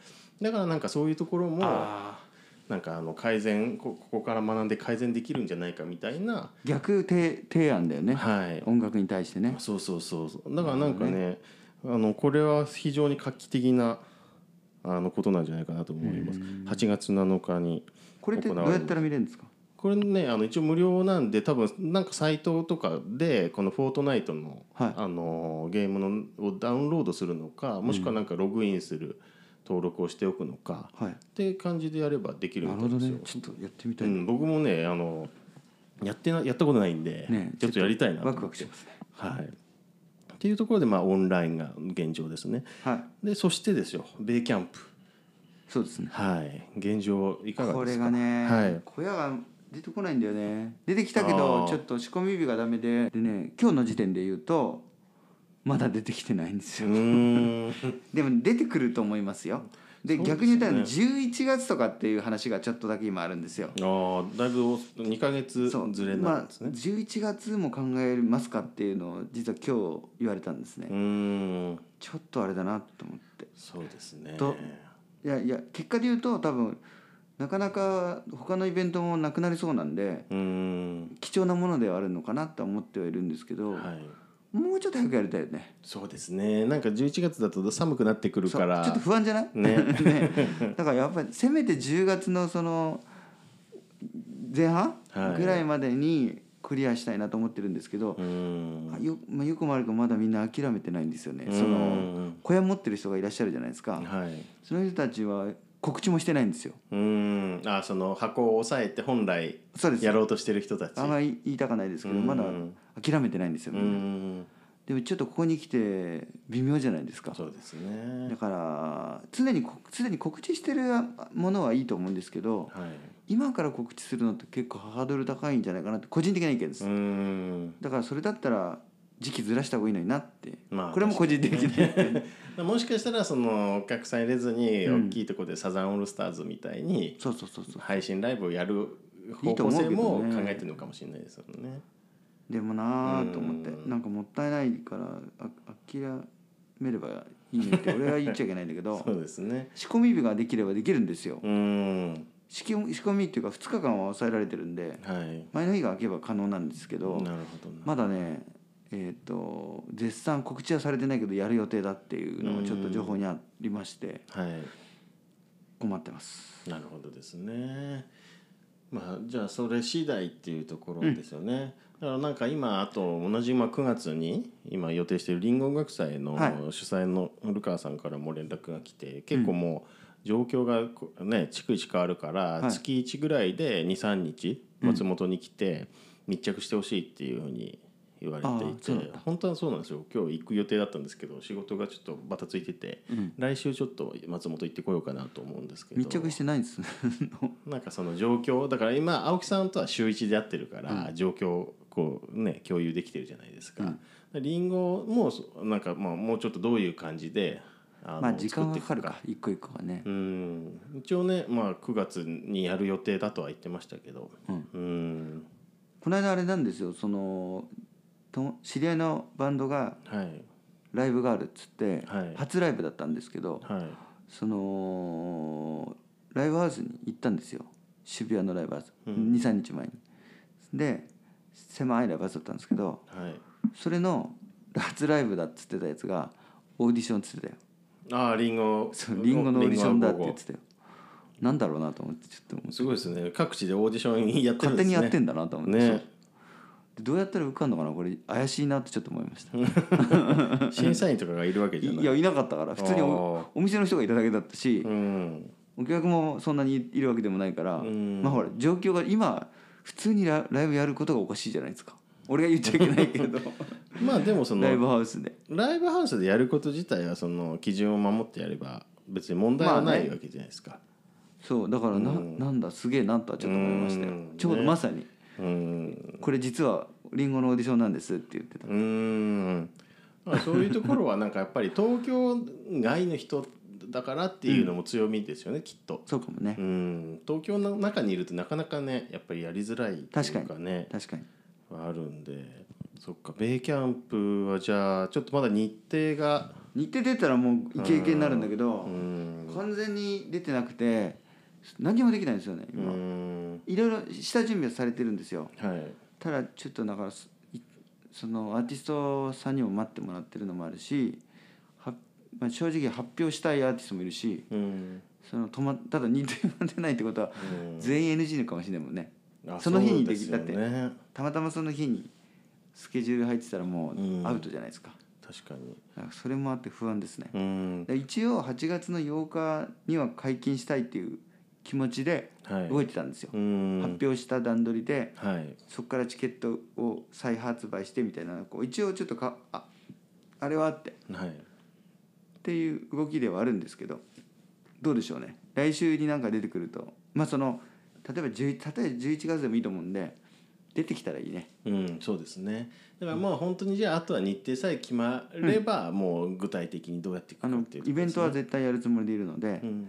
[SPEAKER 2] だからなんかそういうところも
[SPEAKER 1] あ
[SPEAKER 2] なんかあの改善こここから学んで改善できるんじゃないかみたいな、
[SPEAKER 1] ー逆提提案だよね
[SPEAKER 2] はい、
[SPEAKER 1] 音楽に対してね
[SPEAKER 2] そうそうそうそうだからなんかねあのこれは非常に画期的なあのことなんじゃないかなと思います8月7日に
[SPEAKER 1] これってどうやったら見れるんですか
[SPEAKER 2] これねあの一応無料なんで多分なんかサイトとかでこの「フォートナイトの」
[SPEAKER 1] はい
[SPEAKER 2] あのゲームのをダウンロードするのかもしくはなんかログインする登録をしておくのか、
[SPEAKER 1] はい
[SPEAKER 2] って感じでやればできる
[SPEAKER 1] な
[SPEAKER 2] み
[SPEAKER 1] る
[SPEAKER 2] た
[SPEAKER 1] ほ
[SPEAKER 2] い
[SPEAKER 1] ど
[SPEAKER 2] ですよ
[SPEAKER 1] ね。ちょっとやってみた
[SPEAKER 2] う
[SPEAKER 1] い
[SPEAKER 2] ん、僕もねあのやってなやったことないんで、
[SPEAKER 1] ね
[SPEAKER 2] ちょっとやりたいなと
[SPEAKER 1] ワ
[SPEAKER 2] 思
[SPEAKER 1] ク
[SPEAKER 2] って
[SPEAKER 1] ワクしますね
[SPEAKER 2] はい、っていうところで、まあ、オンラインが現状ですね
[SPEAKER 1] はい
[SPEAKER 2] でそしてですよベイキャンプ
[SPEAKER 1] そうですね
[SPEAKER 2] はい現状いかが
[SPEAKER 1] こ
[SPEAKER 2] で
[SPEAKER 1] れ
[SPEAKER 2] すか
[SPEAKER 1] がね、
[SPEAKER 2] はい
[SPEAKER 1] 小屋が出てこないんだよね出てきたけ
[SPEAKER 2] あ
[SPEAKER 1] ど
[SPEAKER 2] ー
[SPEAKER 1] ちょっと仕込み日がダメででね今日の時点で言うとまだ出てきてないんです
[SPEAKER 2] う
[SPEAKER 1] よ、
[SPEAKER 2] ーん
[SPEAKER 1] でも出てくると思いますよで
[SPEAKER 2] そうですよ
[SPEAKER 1] 逆
[SPEAKER 2] ね
[SPEAKER 1] に言ったら11月とかっていう話がちょっとだけ今あるんですよ
[SPEAKER 2] あーだいぶお2か月
[SPEAKER 1] そう
[SPEAKER 2] ずれになるんですね、
[SPEAKER 1] まあ、11月も考えますかっていうのを実は今日言われたんですね、
[SPEAKER 2] うーん
[SPEAKER 1] ちょっとあれだなと思って
[SPEAKER 2] そうですね
[SPEAKER 1] といやいや結果で言うと多分なかなか他のイベントもなくなりそうなんで
[SPEAKER 2] うーん
[SPEAKER 1] 貴重なものではあるのかなとは思ってはいるんですけど、
[SPEAKER 2] はい
[SPEAKER 1] もうちょっと早くやりたいよね
[SPEAKER 2] そうですねなんか11月だと寒くなってくるから
[SPEAKER 1] そうちょっと不安じゃない、
[SPEAKER 2] ね
[SPEAKER 1] ね だからやっぱりせめて10月のその前半
[SPEAKER 2] はい
[SPEAKER 1] ぐらいまでにクリアしたいなと思ってるんですけど
[SPEAKER 2] う、ーん
[SPEAKER 1] あよまあ、よくも悪くもまだみんな諦めてないんですよね、その小屋持ってる人がいらっしゃるじゃないですか、
[SPEAKER 2] うんはい
[SPEAKER 1] その人たちは告知もしてないんですよ
[SPEAKER 2] うーんあその箱を押さえて本来
[SPEAKER 1] そうです
[SPEAKER 2] やろうとしてる人たち
[SPEAKER 1] あんまり言いたくないですけど
[SPEAKER 2] うん
[SPEAKER 1] まだ諦めてないんですよ、
[SPEAKER 2] うー
[SPEAKER 1] みんなんでもちょっとここに来て微妙じゃないですか
[SPEAKER 2] そうです
[SPEAKER 1] だ
[SPEAKER 2] ね
[SPEAKER 1] から常にこ常に告知してるものはいいと思うんですけど
[SPEAKER 2] はい
[SPEAKER 1] 今から告知するのって結構ハードル高いんじゃないかなって個人的な意見で
[SPEAKER 2] う
[SPEAKER 1] す、
[SPEAKER 2] ーん
[SPEAKER 1] だからそれだったら時期ずらした方がいいのになって、
[SPEAKER 2] まあ
[SPEAKER 1] これも個人的な意見、
[SPEAKER 2] もしかしたらそのお客さん入れずに
[SPEAKER 1] うん
[SPEAKER 2] 大きいところでサザンオールスターズみたいに
[SPEAKER 1] そうそうそうそう
[SPEAKER 2] 配信ライブをやる
[SPEAKER 1] いい
[SPEAKER 2] 方
[SPEAKER 1] と思う
[SPEAKER 2] 向性
[SPEAKER 1] けどね
[SPEAKER 2] も考えてるのかもしれないですよね。
[SPEAKER 1] でもなあと思って
[SPEAKER 2] うん
[SPEAKER 1] なんかもったいないからあ諦めればいいねって俺は言っちゃいけないんだけど
[SPEAKER 2] そうですね。
[SPEAKER 1] 仕込み日ができればできるんですよ
[SPEAKER 2] うーん
[SPEAKER 1] 仕込み仕込みっていうか2日間は抑えられてるんで
[SPEAKER 2] はい。
[SPEAKER 1] 前の日が空けば可能なんですけ
[SPEAKER 2] なるほ
[SPEAKER 1] ど
[SPEAKER 2] どな。
[SPEAKER 1] まだねえー、と絶賛告知はされてないけどやる予定だっていうのもちょっと情報にありまして
[SPEAKER 2] はい。
[SPEAKER 1] 困ってます
[SPEAKER 2] なるほどですね。まあじゃあそれ次第っていうところですよね。だからなんか今あと同じ今9月に今予定しているリンゴ音楽祭の
[SPEAKER 1] はい
[SPEAKER 2] 主催の古川さんからも連絡が来て、結構もう状況がこうね逐一変わるから
[SPEAKER 1] はい
[SPEAKER 2] 月1ぐらいで23日松本に来て密着してほしいっていうふうに言われてい
[SPEAKER 1] あ
[SPEAKER 2] て、
[SPEAKER 1] ーそうなんだ
[SPEAKER 2] 本当はそうなんですよ今日行く予定だったんですけど仕事がちょっとバタついてて、来週ちょっと松本行ってこようかなと思うんですけど
[SPEAKER 1] 密着してないんですね
[SPEAKER 2] なんかその状況だから今青木さんとは週一で会ってるから状況をこうね共有できてるじゃないですか。リンゴもそなんかまあもうちょっとどういう感じで あの
[SPEAKER 1] まあ時間は
[SPEAKER 2] 作
[SPEAKER 1] か
[SPEAKER 2] ってい
[SPEAKER 1] かるか一個一個はね
[SPEAKER 2] うん一応ねまあ9月にやる予定だとは言ってましたけど。
[SPEAKER 1] うん
[SPEAKER 2] うん
[SPEAKER 1] この間あれなんですよそのと知り合いのバンドが
[SPEAKER 2] はい
[SPEAKER 1] ライブがあるっつって、
[SPEAKER 2] はい
[SPEAKER 1] 初ライブだったんですけど
[SPEAKER 2] はい
[SPEAKER 1] そのライブハウスに行ったんですよ渋谷のライブハウス、
[SPEAKER 2] うん
[SPEAKER 1] 23日前にで狭いライブハウスだったんですけど
[SPEAKER 2] はい。
[SPEAKER 1] それの初ライブだっつってたやつがオーディションっつってたよ
[SPEAKER 2] ああリンゴ
[SPEAKER 1] そうリンゴのオーディションだって言っててたよなんだろうなと思ってちょっと
[SPEAKER 2] すごいですね各地でオーディションやってる
[SPEAKER 1] 勝
[SPEAKER 2] んで
[SPEAKER 1] 手
[SPEAKER 2] す
[SPEAKER 1] に
[SPEAKER 2] ね
[SPEAKER 1] やってんだなと思って、
[SPEAKER 2] ね
[SPEAKER 1] でどうやったら受かんのかなこれ怪しいなってちょっと思いました
[SPEAKER 2] 審査員とかがいるわけじゃない
[SPEAKER 1] いやいなかったから普通に
[SPEAKER 2] あー
[SPEAKER 1] おお店の人がいただけだったし
[SPEAKER 2] う、ん
[SPEAKER 1] お客もそんなにいるわけでもないから、
[SPEAKER 2] ん
[SPEAKER 1] まあほら状況が今普通にラライブやることがおかしいじゃないですか俺が言っちゃいけないけど
[SPEAKER 2] まあで もその
[SPEAKER 1] ライブハウスで
[SPEAKER 2] ライブハウスでやること自体はその基準を守ってやれば別に問題は
[SPEAKER 1] まあ
[SPEAKER 2] な
[SPEAKER 1] ね
[SPEAKER 2] いわけじゃないですか。
[SPEAKER 1] そうだからな,、
[SPEAKER 2] うん
[SPEAKER 1] ん、なんだすげえなとはちょっと思いましたよ、
[SPEAKER 2] うん
[SPEAKER 1] ちょうどまさに、
[SPEAKER 2] うーん
[SPEAKER 1] これ実はリンゴのオーディションなんですって言ってた
[SPEAKER 2] うーん まあそういうところはなんかやっぱり東京外の人だからっていうのも強みですよね、きっと。
[SPEAKER 1] そうかもね、
[SPEAKER 2] うん東京の中にいるとなかなかねやっぱりやりづらいというかね
[SPEAKER 1] 確かに
[SPEAKER 2] はあるんでそっかベイキャンプはじゃあちょっとまだ日程が
[SPEAKER 1] 日程出たらもうイケイケになるんだけ
[SPEAKER 2] う
[SPEAKER 1] ど、
[SPEAKER 2] ん
[SPEAKER 1] 完全に出てなくて何もできないんですよね
[SPEAKER 2] う
[SPEAKER 1] 今、
[SPEAKER 2] ん
[SPEAKER 1] いろいろ下準備はされてるんですよ、
[SPEAKER 2] はい
[SPEAKER 1] ただちょっとだからそいそのアーティストさんにも待ってもらってるのもあるしは、まあ、正直発表したいアーティストもいるし
[SPEAKER 2] うん
[SPEAKER 1] その止まただ認定が出ないってことは
[SPEAKER 2] うん
[SPEAKER 1] 全員 NG のかもしれないもんね
[SPEAKER 2] あ
[SPEAKER 1] その日にでき
[SPEAKER 2] そうすよね
[SPEAKER 1] たまたまその日にスケジュール入ってたらも
[SPEAKER 2] うん
[SPEAKER 1] うアウトじゃないですか,、
[SPEAKER 2] 確かに
[SPEAKER 1] それもあって不安ですね、
[SPEAKER 2] うん
[SPEAKER 1] で一応8月の8日には解禁したいっていう気持ちで
[SPEAKER 2] はい
[SPEAKER 1] 動いてたんですよ、
[SPEAKER 2] うん
[SPEAKER 1] 発表した段取りで、
[SPEAKER 2] はい
[SPEAKER 1] そこからチケットを再発売してみたいなこう一応ちょっとかああれはあってっ
[SPEAKER 2] はい
[SPEAKER 1] ていう動きではあるんですけどどうでしょうね来週になんか出てくるとまあその例えば10例えば11月でもいいと思うんで出てきたらいいね
[SPEAKER 2] うん、そうですねだからまあ本当にじゃああとは日程さえ決まれば、もう具体的にどうやっていく
[SPEAKER 1] あ
[SPEAKER 2] かっ
[SPEAKER 1] の
[SPEAKER 2] ていうと
[SPEAKER 1] イ
[SPEAKER 2] こ
[SPEAKER 1] ベ
[SPEAKER 2] ろ
[SPEAKER 1] ン
[SPEAKER 2] です
[SPEAKER 1] ト
[SPEAKER 2] ね、
[SPEAKER 1] は絶対やるつもりでいるので、
[SPEAKER 2] うん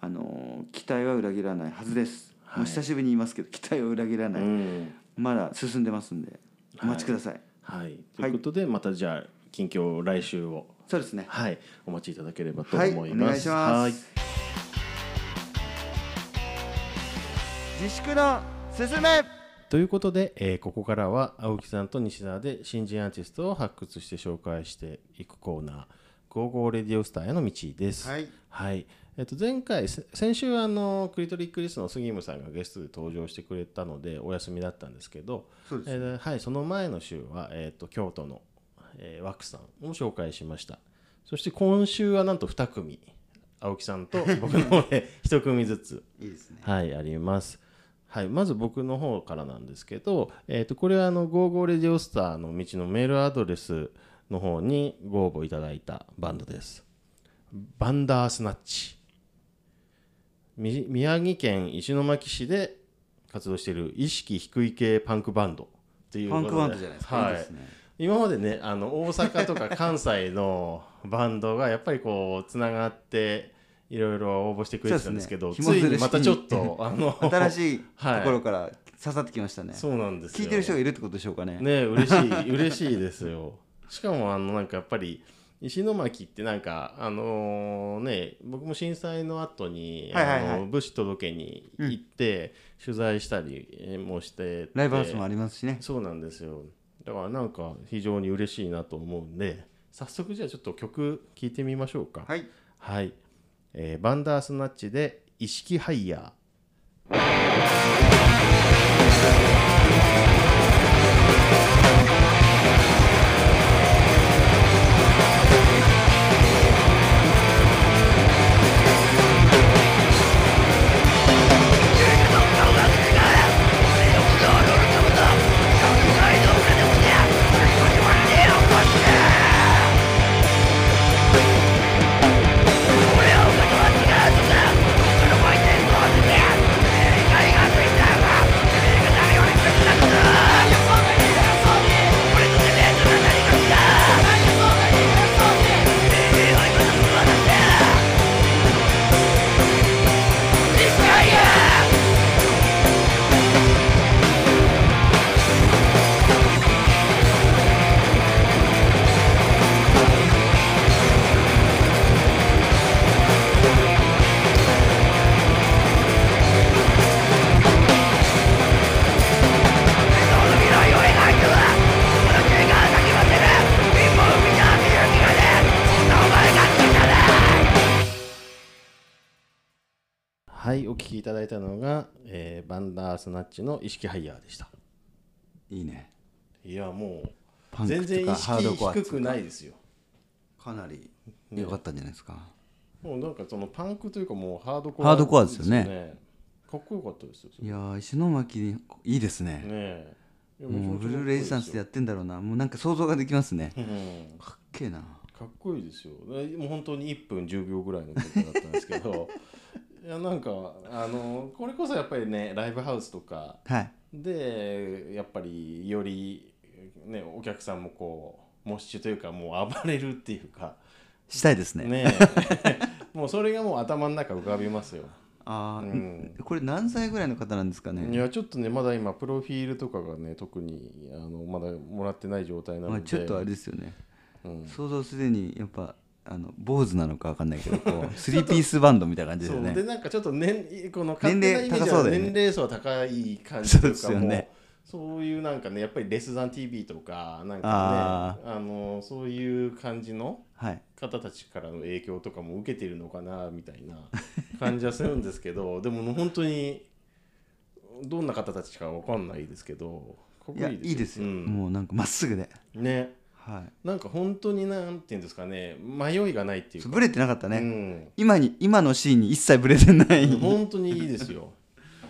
[SPEAKER 1] あの期待は裏切らないはずです、
[SPEAKER 2] はい
[SPEAKER 1] もう久しぶりに言いますけど期待は裏切らない、
[SPEAKER 2] うん
[SPEAKER 1] まだ進んでますんでお待ちください、
[SPEAKER 2] はい、ということで、またじゃあ近況来週を
[SPEAKER 1] そうですね
[SPEAKER 2] はいお待ちいただければと
[SPEAKER 1] はい
[SPEAKER 2] 思います。
[SPEAKER 1] お願いします、
[SPEAKER 2] はい
[SPEAKER 1] 自粛の進め
[SPEAKER 2] ということで、えーここからは青木さんと西澤で新人アーティストを発掘して紹介していくコーナー「ゴーゴーレディオスターへの道」です。
[SPEAKER 1] はい
[SPEAKER 2] はいえっと、前回せ先週あのクリトリックリスの杉村さんがゲストで登場してくれたのでお休みだったんですけど
[SPEAKER 1] そうです
[SPEAKER 2] えーはい、その前の週は、えー、と京都の、えーワックさんを紹介しましたそして今週はなんと2組青木さんと僕の方で 1組ずつ
[SPEAKER 1] いいですね
[SPEAKER 2] はい、あります。はい、まず僕の方からなんですけど、えー、とこれはあの「55レディオスター」の道のメールアドレスの方にご応募いただいたバンドです。バンダースナッチ。み宮城県石巻市で活動している意識低い系パンクバンドっていう
[SPEAKER 1] パン
[SPEAKER 2] ことで
[SPEAKER 1] クバンドじゃないですか、、
[SPEAKER 2] はい
[SPEAKER 1] い
[SPEAKER 2] い
[SPEAKER 1] ですね
[SPEAKER 2] 今までねあの大阪とか関西のバンドがやっぱりこうつながっていろいろ応募してくれてたんですけど
[SPEAKER 1] そうです
[SPEAKER 2] つ
[SPEAKER 1] ね
[SPEAKER 2] いにまたちょっと あの
[SPEAKER 1] 新しいと
[SPEAKER 2] はい
[SPEAKER 1] ころから刺さってきましたね、
[SPEAKER 2] そうなんですよ
[SPEAKER 1] 聞いてる人がいるってことでしょうかね
[SPEAKER 2] ね嬉しい嬉しいですよしかもあのなんかやっぱり石巻ってなんかあのね僕も震災の後に、
[SPEAKER 1] はいはいはい
[SPEAKER 2] あの物資届けに行って、取材したりもしてて
[SPEAKER 1] ライブハウスもありますしね
[SPEAKER 2] そうなんですよだからなんか非常に嬉しいなと思うんで早速じゃあちょっと曲聴いてみましょうか
[SPEAKER 1] はい
[SPEAKER 2] はい、えーバンダースナッチで「意識ハイヤー」はいお聴きいただいたのが、えーバンダースナッチの「意識ハイヤー」でした
[SPEAKER 1] いいね
[SPEAKER 2] いやもう
[SPEAKER 1] パンクとか
[SPEAKER 2] 全然意
[SPEAKER 1] ハードコア
[SPEAKER 2] 識低くないですよ
[SPEAKER 1] かなり良かったんじゃないですか、
[SPEAKER 2] もうなんかそのパンクというかもうハードコア
[SPEAKER 1] ハードコアですよね
[SPEAKER 2] かっこよかったですよ
[SPEAKER 1] いやー石巻にいいです
[SPEAKER 2] ね
[SPEAKER 1] ね
[SPEAKER 2] えいや
[SPEAKER 1] もう
[SPEAKER 2] め
[SPEAKER 1] ブ
[SPEAKER 2] ちゃめちゃ
[SPEAKER 1] ルーレイサンスでやってんだろうなもうなんか想像ができますね
[SPEAKER 2] かっこいいで
[SPEAKER 1] かっけ
[SPEAKER 2] すようん
[SPEAKER 1] えな
[SPEAKER 2] かっこいいですよえもう本当に1分10秒ぐらいの曲だったんですけど いやなんかあのこれこそやっぱりねライブハウスとか
[SPEAKER 1] はい
[SPEAKER 2] でやっぱりより、ね、お客さんもこうモッシュというかもう暴れるっていうか
[SPEAKER 1] したいですね
[SPEAKER 2] ね えもうそれがもう頭の中浮かびますよ、
[SPEAKER 1] あ
[SPEAKER 2] う
[SPEAKER 1] あ、
[SPEAKER 2] ん、
[SPEAKER 1] これ何歳ぐらいの方なんですか
[SPEAKER 2] い
[SPEAKER 1] ね、
[SPEAKER 2] やちょっとねまだ今プロフィールとかがね特にあのまだもらってない状態なの
[SPEAKER 1] ま
[SPEAKER 2] で、
[SPEAKER 1] あ、ちょっとあれですよね
[SPEAKER 2] うん
[SPEAKER 1] 想像すでにやっぱあの坊主なのか分かんないけどこ うスリーピースバンドみたいな感じです
[SPEAKER 2] そ
[SPEAKER 1] よ
[SPEAKER 2] う
[SPEAKER 1] ね
[SPEAKER 2] でなんかちょっと年この
[SPEAKER 1] 年齢
[SPEAKER 2] 勝手なイメージ
[SPEAKER 1] 高そ
[SPEAKER 2] は
[SPEAKER 1] うだよね
[SPEAKER 2] 年齢層は高い感じ
[SPEAKER 1] そう
[SPEAKER 2] とい
[SPEAKER 1] で
[SPEAKER 2] う
[SPEAKER 1] す
[SPEAKER 2] か
[SPEAKER 1] よ
[SPEAKER 2] もう
[SPEAKER 1] ね
[SPEAKER 2] そういうなんかねやっぱり「レスザン TV」とかなんか
[SPEAKER 1] あ
[SPEAKER 2] ねあのそういう感じの
[SPEAKER 1] はい
[SPEAKER 2] 方たちからの影響とかも受けてるのかなみたいな感じはするんですけ どでも本当にどんな方たちかわかんないですけどかっこ
[SPEAKER 1] いやいいですよ、
[SPEAKER 2] うん
[SPEAKER 1] もうなんかまっすぐで
[SPEAKER 2] ね
[SPEAKER 1] はい
[SPEAKER 2] なんか本当になんていうんですかね迷いがないっていう
[SPEAKER 1] そう
[SPEAKER 2] か
[SPEAKER 1] ブレてなかったね、
[SPEAKER 2] うん
[SPEAKER 1] 今に今のシーンに一切ブレてない、
[SPEAKER 2] 本当にいいですよ。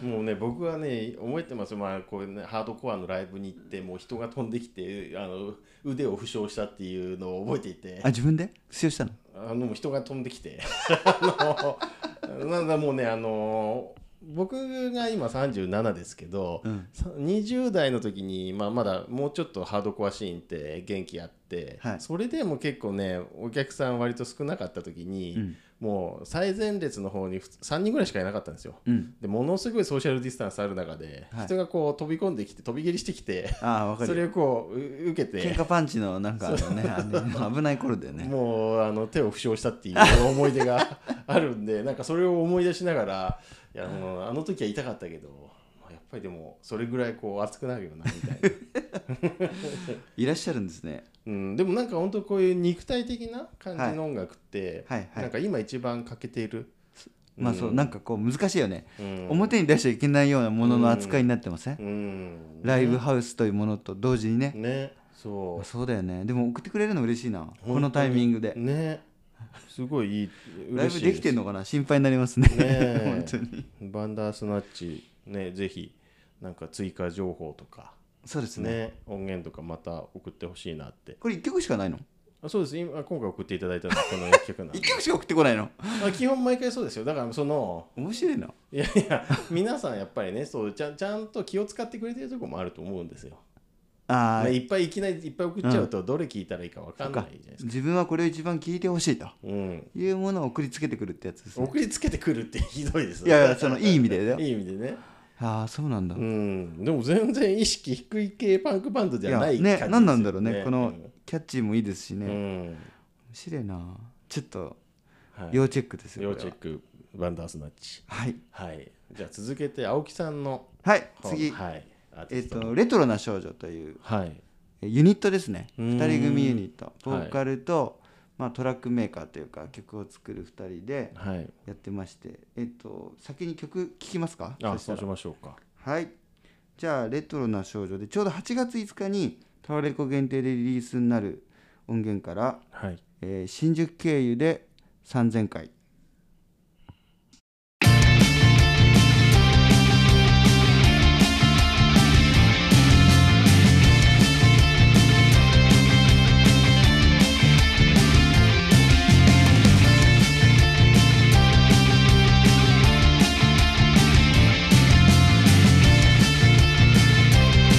[SPEAKER 2] もうね僕はね覚えてますよ、まあこういうね、ハードコアのライブに行ってもう人が飛んできてあの腕を負傷したっていうのを覚えていて
[SPEAKER 1] あ自分で使用したの
[SPEAKER 2] あのもう人が飛んできてあのなんだもうねあの僕が今37ですけど、
[SPEAKER 1] うん
[SPEAKER 2] さ20代の時に、まあ、まだもうちょっとハードコアシーンって元気あって、
[SPEAKER 1] はい
[SPEAKER 2] それでも結構ねお客さん割と少なかった時に、
[SPEAKER 1] うん
[SPEAKER 2] もう最前列の方に3人ぐらいしかいなかったんですよ。
[SPEAKER 1] うん
[SPEAKER 2] でものすごいソーシャルディスタンスある中で、
[SPEAKER 1] はい
[SPEAKER 2] 人がこう飛び込んできて飛び蹴りしてきて
[SPEAKER 1] ああわか
[SPEAKER 2] そ
[SPEAKER 1] る
[SPEAKER 2] れ
[SPEAKER 1] よ
[SPEAKER 2] をこうう受けて
[SPEAKER 1] 喧嘩パンチのなんかあのねあの危ない頃だよね
[SPEAKER 2] もうあの手を負傷したっ ていう思い出があるんでなんかそれを思い出しながらいやあのあの時は痛かったけど、まあ、やっぱりでもそれぐらいこう熱くなるよなみ たいな、
[SPEAKER 1] いらっしゃるんですね
[SPEAKER 2] うん、でもなんか本当こういう肉体的な感じの音楽って、
[SPEAKER 1] はいは
[SPEAKER 2] なん
[SPEAKER 1] い
[SPEAKER 2] か今一番欠けている、
[SPEAKER 1] まあそうなんかこう難しいよね
[SPEAKER 2] うん
[SPEAKER 1] 表に出しちゃいけないようなものの扱いになってません
[SPEAKER 2] うん
[SPEAKER 1] ライブハウスというものと同時にね
[SPEAKER 2] ねそう
[SPEAKER 1] そうだよねでも送ってくれるの嬉しいなこのタイミングで
[SPEAKER 2] ねすごいいい
[SPEAKER 1] ライ
[SPEAKER 2] 嬉し
[SPEAKER 1] ブ
[SPEAKER 2] い
[SPEAKER 1] できてんのかな心配になりますね
[SPEAKER 2] ねえ
[SPEAKER 1] 本当に
[SPEAKER 2] バンダースナッチねぜひなんか追加情報とか
[SPEAKER 1] そうですね
[SPEAKER 2] ね音源とかまた送ってほしいなって
[SPEAKER 1] これ1曲しかないの
[SPEAKER 2] あそうです今今回送っていただいたのはこの1曲なんで
[SPEAKER 1] 1曲しか送ってこ ないの
[SPEAKER 2] あ基本毎回そうですよだからその
[SPEAKER 1] 面白いない
[SPEAKER 2] やいや皆さんやっぱりねそうちゃんちゃんと気を使ってくれてるとこもあると思うんですよ、
[SPEAKER 1] ああ
[SPEAKER 2] ねいっぱいいきなりいっぱい送っちゃうとどれ聞いたらいいか分かんないじゃないですか
[SPEAKER 1] 自分はこれを一番聞いてほしいと
[SPEAKER 2] うん
[SPEAKER 1] いうものを送りつけてくるってやつですね
[SPEAKER 2] 送りつけてくるってひどいです
[SPEAKER 1] いやいやそのいい意味でだよ
[SPEAKER 2] いい意味でね
[SPEAKER 1] ああそうなんだ
[SPEAKER 2] うんでも全然意識低い系パンクバンドじゃない
[SPEAKER 1] いやね
[SPEAKER 2] 感じですよ
[SPEAKER 1] 何なんだろうねこのキャッチーもいいですし
[SPEAKER 2] う
[SPEAKER 1] ね
[SPEAKER 2] ん、う
[SPEAKER 1] 面
[SPEAKER 2] ん
[SPEAKER 1] 白いなちょっと
[SPEAKER 2] はい、
[SPEAKER 1] 要チェックですよ
[SPEAKER 2] 要
[SPEAKER 1] こ
[SPEAKER 2] チ
[SPEAKER 1] れ
[SPEAKER 2] ェッ
[SPEAKER 1] は
[SPEAKER 2] クバンダースナッチ
[SPEAKER 1] はい
[SPEAKER 2] はいじゃあ続けて青木さんの
[SPEAKER 1] はい次
[SPEAKER 2] はいアーテ
[SPEAKER 1] え
[SPEAKER 2] ィ
[SPEAKER 1] っ
[SPEAKER 2] ストの
[SPEAKER 1] とレトロな少女という
[SPEAKER 2] はい
[SPEAKER 1] えユニットですね
[SPEAKER 2] うーん
[SPEAKER 1] 2人組ユニットボ
[SPEAKER 2] はい
[SPEAKER 1] ーカルと、まあ、トラックメーカーというか曲を作る2人で
[SPEAKER 2] はい
[SPEAKER 1] やってまして、えっと、先に曲聴きますか
[SPEAKER 2] あ
[SPEAKER 1] そした
[SPEAKER 2] そう
[SPEAKER 1] ら
[SPEAKER 2] しましょうか
[SPEAKER 1] はいじゃあ「レトロな少女」でちょうど8月5日にタワレコ限定でリリースになる音源から、
[SPEAKER 2] はい
[SPEAKER 1] えー新宿経由で3000回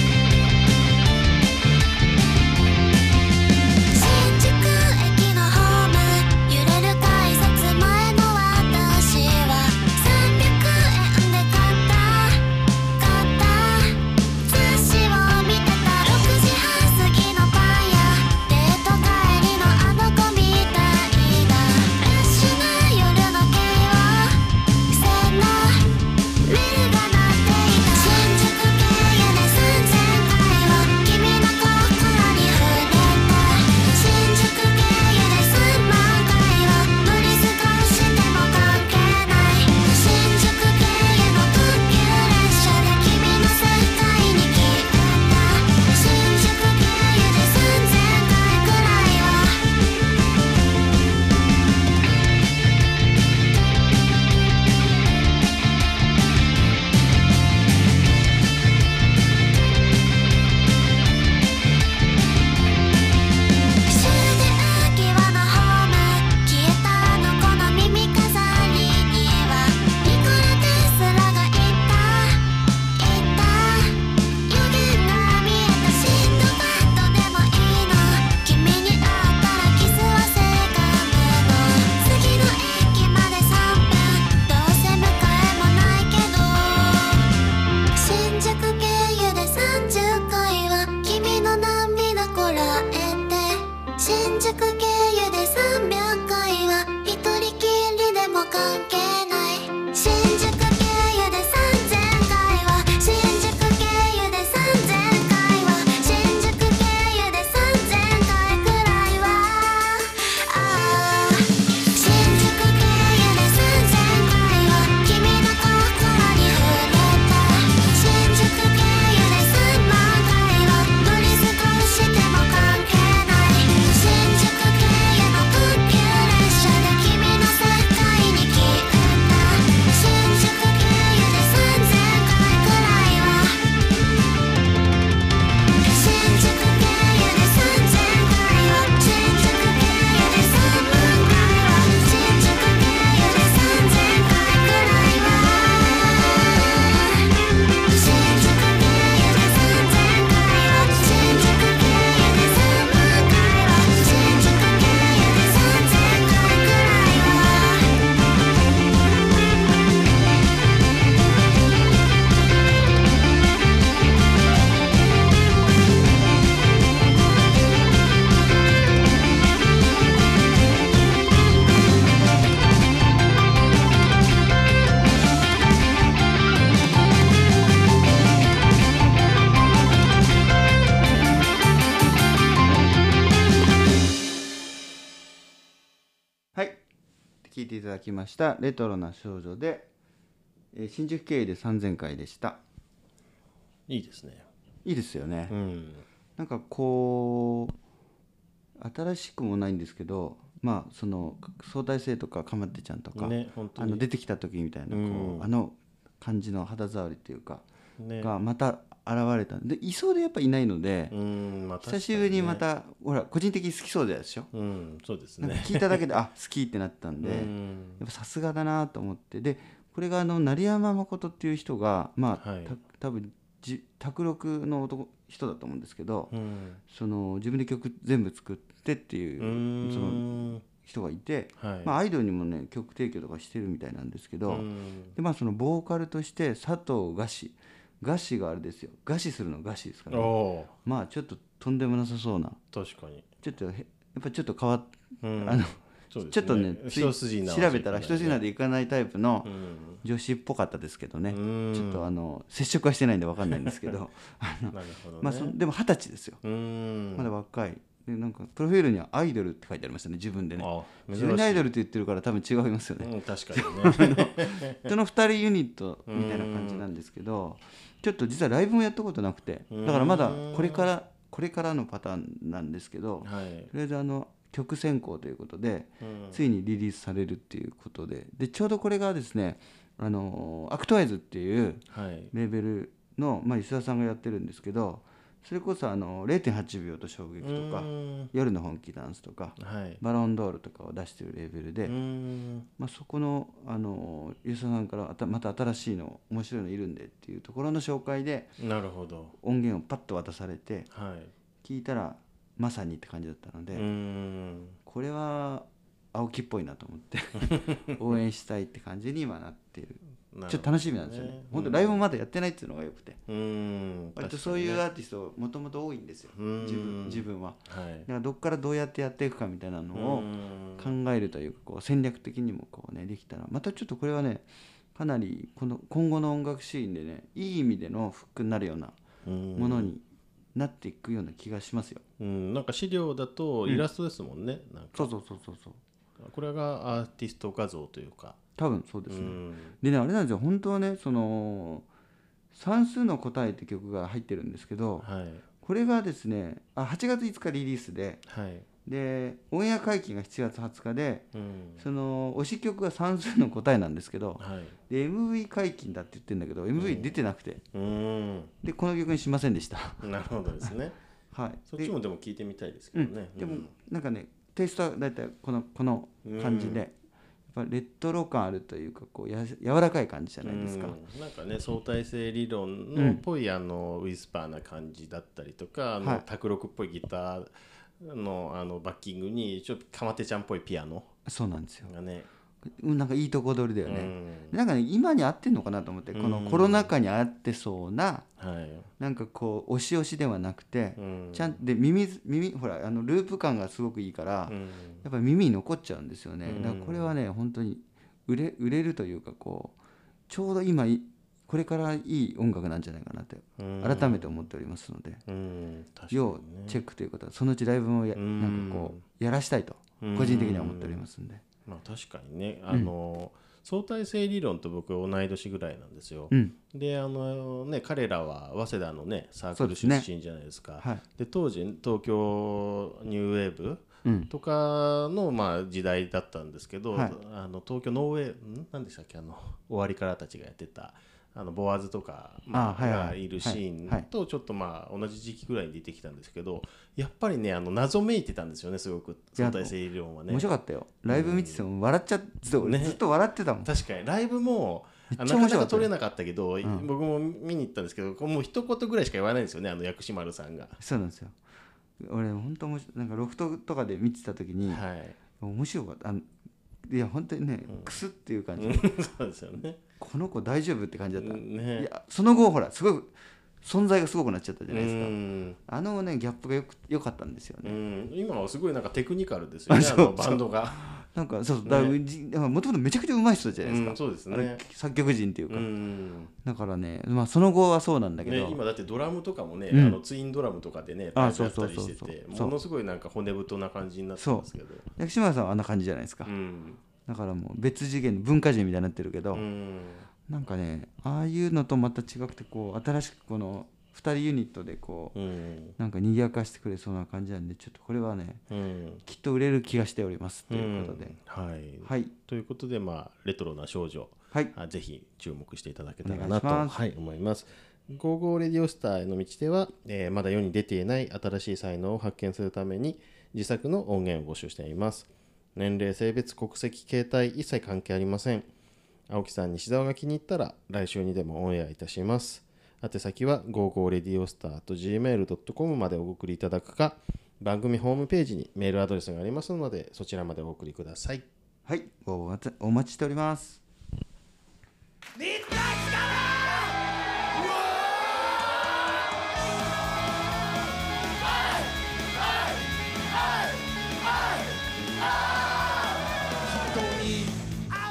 [SPEAKER 3] 新宿駅のホーム揺れる改札前
[SPEAKER 1] だきました「レトロな少女で」えー新宿経営で3000回でした
[SPEAKER 2] いいですね
[SPEAKER 1] いいですよね、
[SPEAKER 2] うん
[SPEAKER 1] なんかこう新しくもないんですけどまあその相対性とかかまってちゃんとか、
[SPEAKER 2] ね本当
[SPEAKER 1] あの
[SPEAKER 2] に
[SPEAKER 1] 出てきた時みたいなこう、
[SPEAKER 2] うん
[SPEAKER 1] あの感じの肌触りというか、
[SPEAKER 2] ね
[SPEAKER 1] がまた現れたでいそうでやっぱいないので、
[SPEAKER 2] うんまあ
[SPEAKER 1] 久しぶりにま
[SPEAKER 2] 確か
[SPEAKER 1] たほら個人的に好きそうでしょ、
[SPEAKER 2] にねうんそうです
[SPEAKER 1] なんか
[SPEAKER 2] ね
[SPEAKER 1] 聞いただ けであ好きってなったんで、
[SPEAKER 2] う
[SPEAKER 1] や
[SPEAKER 2] ん
[SPEAKER 1] っぱさすがだなと思ってでこれがあの成山誠っていう人がまあ、
[SPEAKER 2] はい
[SPEAKER 1] た多分じ卓六の男人だと思うんですけど、
[SPEAKER 2] うん
[SPEAKER 1] その自分で曲全部作ってっていううその
[SPEAKER 2] ん
[SPEAKER 1] 人がいて、
[SPEAKER 2] はい
[SPEAKER 1] まあ、アイドルにもね曲提供とかしてるみたいなんですけど、
[SPEAKER 2] うん
[SPEAKER 1] でまあそのボーカルとして佐藤賀志賀志があれですよ賀志するの賀志ですから、ね、
[SPEAKER 2] おー
[SPEAKER 1] まあちょっととんでもなさそうな
[SPEAKER 2] 確かに
[SPEAKER 1] ちょっとへやっぱちょっと変わっ
[SPEAKER 2] うん
[SPEAKER 1] あの
[SPEAKER 2] そうです
[SPEAKER 1] ちょっとねつい
[SPEAKER 2] 一筋縄
[SPEAKER 1] 調べたら一筋縄
[SPEAKER 2] で
[SPEAKER 1] でいかないタイプの
[SPEAKER 2] うん
[SPEAKER 1] 女子っぽかったですけどね、
[SPEAKER 2] うん
[SPEAKER 1] ちょっとあの接触はしてないんで分かんないんですけ どあの、
[SPEAKER 2] なるほどね
[SPEAKER 1] まあ、そのでも二十歳ですよ、
[SPEAKER 2] うん
[SPEAKER 1] まだ若いでなんかプロフィールにはアイドルって書いてありましたね自分でね
[SPEAKER 2] あ
[SPEAKER 1] 自分でアイド
[SPEAKER 2] ル
[SPEAKER 1] ルって言ってるから多分違いますよね、
[SPEAKER 2] うん確かにね
[SPEAKER 1] その2人ユニットみたいな感じなんですけどちょっと実はライブもやったことなくてだからまだこれからこれからのパターンなんですけど
[SPEAKER 2] はい
[SPEAKER 1] とりあえずあの曲選考ということで
[SPEAKER 2] うん
[SPEAKER 1] ついにリリースされるっていうことででちょうどこれがですねあのアクトアイズっていう
[SPEAKER 2] はい
[SPEAKER 1] レーベルの、まあ、石田さんがやってるんですけどそれこそあの0.8秒と衝撃とか
[SPEAKER 2] うん
[SPEAKER 1] 夜の本気ダンスとか
[SPEAKER 2] はい
[SPEAKER 1] バロンドールとかを出してるレーベルで
[SPEAKER 2] うん
[SPEAKER 1] まあ、そこの、あの吉田さんからあたまた新しいの面白いのいるんでっていうところの紹介で
[SPEAKER 2] なるほど
[SPEAKER 1] 音源をパッと渡されて
[SPEAKER 2] はい
[SPEAKER 1] 聞いたらまさにって感じだったので、
[SPEAKER 2] うん
[SPEAKER 1] これは青木っぽいなと思って 応援したいって感じに今なってる
[SPEAKER 2] なる
[SPEAKER 1] ちょっと楽しみなんですよね
[SPEAKER 2] なるほどね
[SPEAKER 1] 本当ライブもまだやってないっていうのがよくて、
[SPEAKER 2] うん
[SPEAKER 1] 割とそういうアーティストもともと多いんですよ、
[SPEAKER 2] うん
[SPEAKER 1] 自分自分は
[SPEAKER 2] はい
[SPEAKER 1] だからどっからどうやってやっていくかみたいなのを、
[SPEAKER 2] うん
[SPEAKER 1] 考えるというかこう戦略的にもこうねできたらまたちょっとこれはねかなりこの今後の音楽シーンでねいい意味でのフックになるような
[SPEAKER 2] うん
[SPEAKER 1] ものになっていくような気がしますよ。
[SPEAKER 2] うんなんか資料だとイラストですもんねなんか
[SPEAKER 1] そうそうそうそうそう
[SPEAKER 2] これがアーティスト画像というか
[SPEAKER 1] 多分そうで
[SPEAKER 2] う
[SPEAKER 1] すね。
[SPEAKER 2] ん
[SPEAKER 1] でねあれなんですよ本当はねその「算数の答え」って曲が入ってるんですけど
[SPEAKER 2] はい
[SPEAKER 1] これがですねあ8月5日リリースで
[SPEAKER 2] はい
[SPEAKER 1] でオンエア解禁が7月20日で
[SPEAKER 2] うん
[SPEAKER 1] その推し曲が算数の答えなんですけど
[SPEAKER 2] はい
[SPEAKER 1] で MV 解禁だって言ってるんだけど MV 出てなくて
[SPEAKER 2] うん
[SPEAKER 1] でこの曲にしませんでした
[SPEAKER 2] なるほどですね
[SPEAKER 1] はい
[SPEAKER 2] そっ
[SPEAKER 1] で
[SPEAKER 2] ちもでも聞いてみたいですけどね。
[SPEAKER 1] でもなんかねテイストは大体このこの感じで、やっぱレトロ感あるというかこうや柔らかい感じじゃないですか、
[SPEAKER 2] うんなんかね相対性理論
[SPEAKER 1] う
[SPEAKER 2] の
[SPEAKER 1] ん
[SPEAKER 2] っぽい、あのウィスパーな感じだったりとか、
[SPEAKER 1] は
[SPEAKER 2] あの
[SPEAKER 1] い
[SPEAKER 2] 卓六っぽいギターのあのバッキングにちょっとかまてちゃんっぽいピアノ
[SPEAKER 1] そうなんですよ、
[SPEAKER 2] がね。
[SPEAKER 1] うん、なんかいいとこ取りだよ
[SPEAKER 2] う
[SPEAKER 1] ね、
[SPEAKER 2] ん
[SPEAKER 1] なんかね今に合ってんのかなと思ってこのコロナ禍に合ってそうな
[SPEAKER 2] はい。
[SPEAKER 1] なんかこう押し押しではなくて、
[SPEAKER 2] うん
[SPEAKER 1] ちゃんで耳耳ほらあのループ感がすごくいいから、
[SPEAKER 2] うん
[SPEAKER 1] やっぱり耳に残っちゃうんですよね、
[SPEAKER 2] うん
[SPEAKER 1] だからこれはね本当に売れ売れるというかこうちょうど今いこれからいい音楽なんじゃないかなって
[SPEAKER 2] うん
[SPEAKER 1] 改めて思っておりますので、
[SPEAKER 2] うん確かに
[SPEAKER 1] 要
[SPEAKER 2] ね
[SPEAKER 1] チェックということはそのうちライブもや,、
[SPEAKER 2] うん
[SPEAKER 1] なんかこうやらしたいと個人的には思っておりますんで、
[SPEAKER 2] まあ確かにねあの、相対性理論と僕同い年ぐらいなんですよ。
[SPEAKER 1] うん
[SPEAKER 2] であのね彼らは早稲田のねサーク
[SPEAKER 1] そう
[SPEAKER 2] ル
[SPEAKER 1] です
[SPEAKER 2] 出
[SPEAKER 1] ね
[SPEAKER 2] 身じゃないですか。
[SPEAKER 1] はい
[SPEAKER 2] で当時東京ニューウェーブ
[SPEAKER 1] うん、
[SPEAKER 2] とかのまあ時代だったんですけど、
[SPEAKER 1] はい
[SPEAKER 2] あの東京ノーウェーん何でしたっけあの終わりからたちがやってたあのボアーズとか、まあ
[SPEAKER 1] あはいはい
[SPEAKER 2] がいるシ
[SPEAKER 1] は
[SPEAKER 2] ー
[SPEAKER 1] い
[SPEAKER 2] ンとちょっとまあ同じ時期ぐらいに出てきたんですけどやっぱりねあの謎めいてたんですよねすごく相対性理論はね
[SPEAKER 1] 面。白かったよライブ見てても笑っちゃってずっと,、
[SPEAKER 2] ね
[SPEAKER 1] ずっと笑ってたもん
[SPEAKER 2] 確かにライブも
[SPEAKER 1] め
[SPEAKER 2] な
[SPEAKER 1] っち
[SPEAKER 2] か
[SPEAKER 1] ゃ面
[SPEAKER 2] な
[SPEAKER 1] 白か
[SPEAKER 2] か
[SPEAKER 1] った
[SPEAKER 2] 撮
[SPEAKER 1] よ
[SPEAKER 2] れなかったけど、
[SPEAKER 1] ん
[SPEAKER 2] 僕も見に行ったんですけどこうもう一言ぐらいしか言わないんですよねあの薬師丸さんが。
[SPEAKER 1] そうなんですよ俺本当面白いなんかロフトとかで見てた時に、
[SPEAKER 2] はい、
[SPEAKER 1] 面白かったあのいや本当にね、クスっていう感じ、
[SPEAKER 2] そうですよね。
[SPEAKER 1] この子大丈夫って感じだった、い
[SPEAKER 2] ね
[SPEAKER 1] やその後ほらすごく存在がすごくなっちゃったじゃないですか、
[SPEAKER 2] うん
[SPEAKER 1] あのねギャップがよくよかったんですよ
[SPEAKER 2] う
[SPEAKER 1] ね、
[SPEAKER 2] ん、今はすごいなんかテクニカルですよね、
[SPEAKER 1] あ
[SPEAKER 2] あ
[SPEAKER 1] そう
[SPEAKER 2] のバンドが。
[SPEAKER 1] なんかそうそうだからじだからもともとめちゃくちゃうまい人じゃないですか、
[SPEAKER 2] うんそうです
[SPEAKER 1] あれ
[SPEAKER 2] ね。
[SPEAKER 1] 作曲人っていうか、
[SPEAKER 2] うん
[SPEAKER 1] だからね、まあ、その後はそうなんだけ
[SPEAKER 2] ね
[SPEAKER 1] ど、、
[SPEAKER 2] 今だってドラムとかもね、
[SPEAKER 1] うん
[SPEAKER 2] あのツインドラムとかでね、
[SPEAKER 1] あ
[SPEAKER 2] タイプやったりして
[SPEAKER 1] そうそう
[SPEAKER 2] て
[SPEAKER 1] そうそう
[SPEAKER 2] ものすごいなんか骨太な感じになってますけど、
[SPEAKER 1] 薬師丸さんはあんな感じじゃないですか、
[SPEAKER 2] うん、
[SPEAKER 1] だからもう別次元の文化人みたいになってるけど、
[SPEAKER 2] うん
[SPEAKER 1] なんかねああいうのとまた違くてこう新しくこの2人ユニットでこう、
[SPEAKER 2] うん
[SPEAKER 1] なんか賑やかしてくれそうな感じなんでちょっとこれはね
[SPEAKER 2] うん
[SPEAKER 1] きっと売れる気がしておりますということで、
[SPEAKER 2] うんはい、
[SPEAKER 1] はい
[SPEAKER 2] ということで、まあ、レトロな少女
[SPEAKER 1] はい
[SPEAKER 2] あぜひ注目していただけたらなと、
[SPEAKER 1] お願いします
[SPEAKER 2] はい、思います。ゴーゴーレディオスターへの道では、えーまだ世に出ていない新しい才能を発見するために自作の音源を募集しています。年齢、性別、国籍、形態、一切関係ありません。青木さん、西澤が気に入ったら来週にでもオンエアいたします。宛先は 55radiostar.gmail.com までお送りいただくか、番組ホームページにメールアドレスがありますので、そちらまでお送りください。
[SPEAKER 1] はいご応募お待ちお待ちしております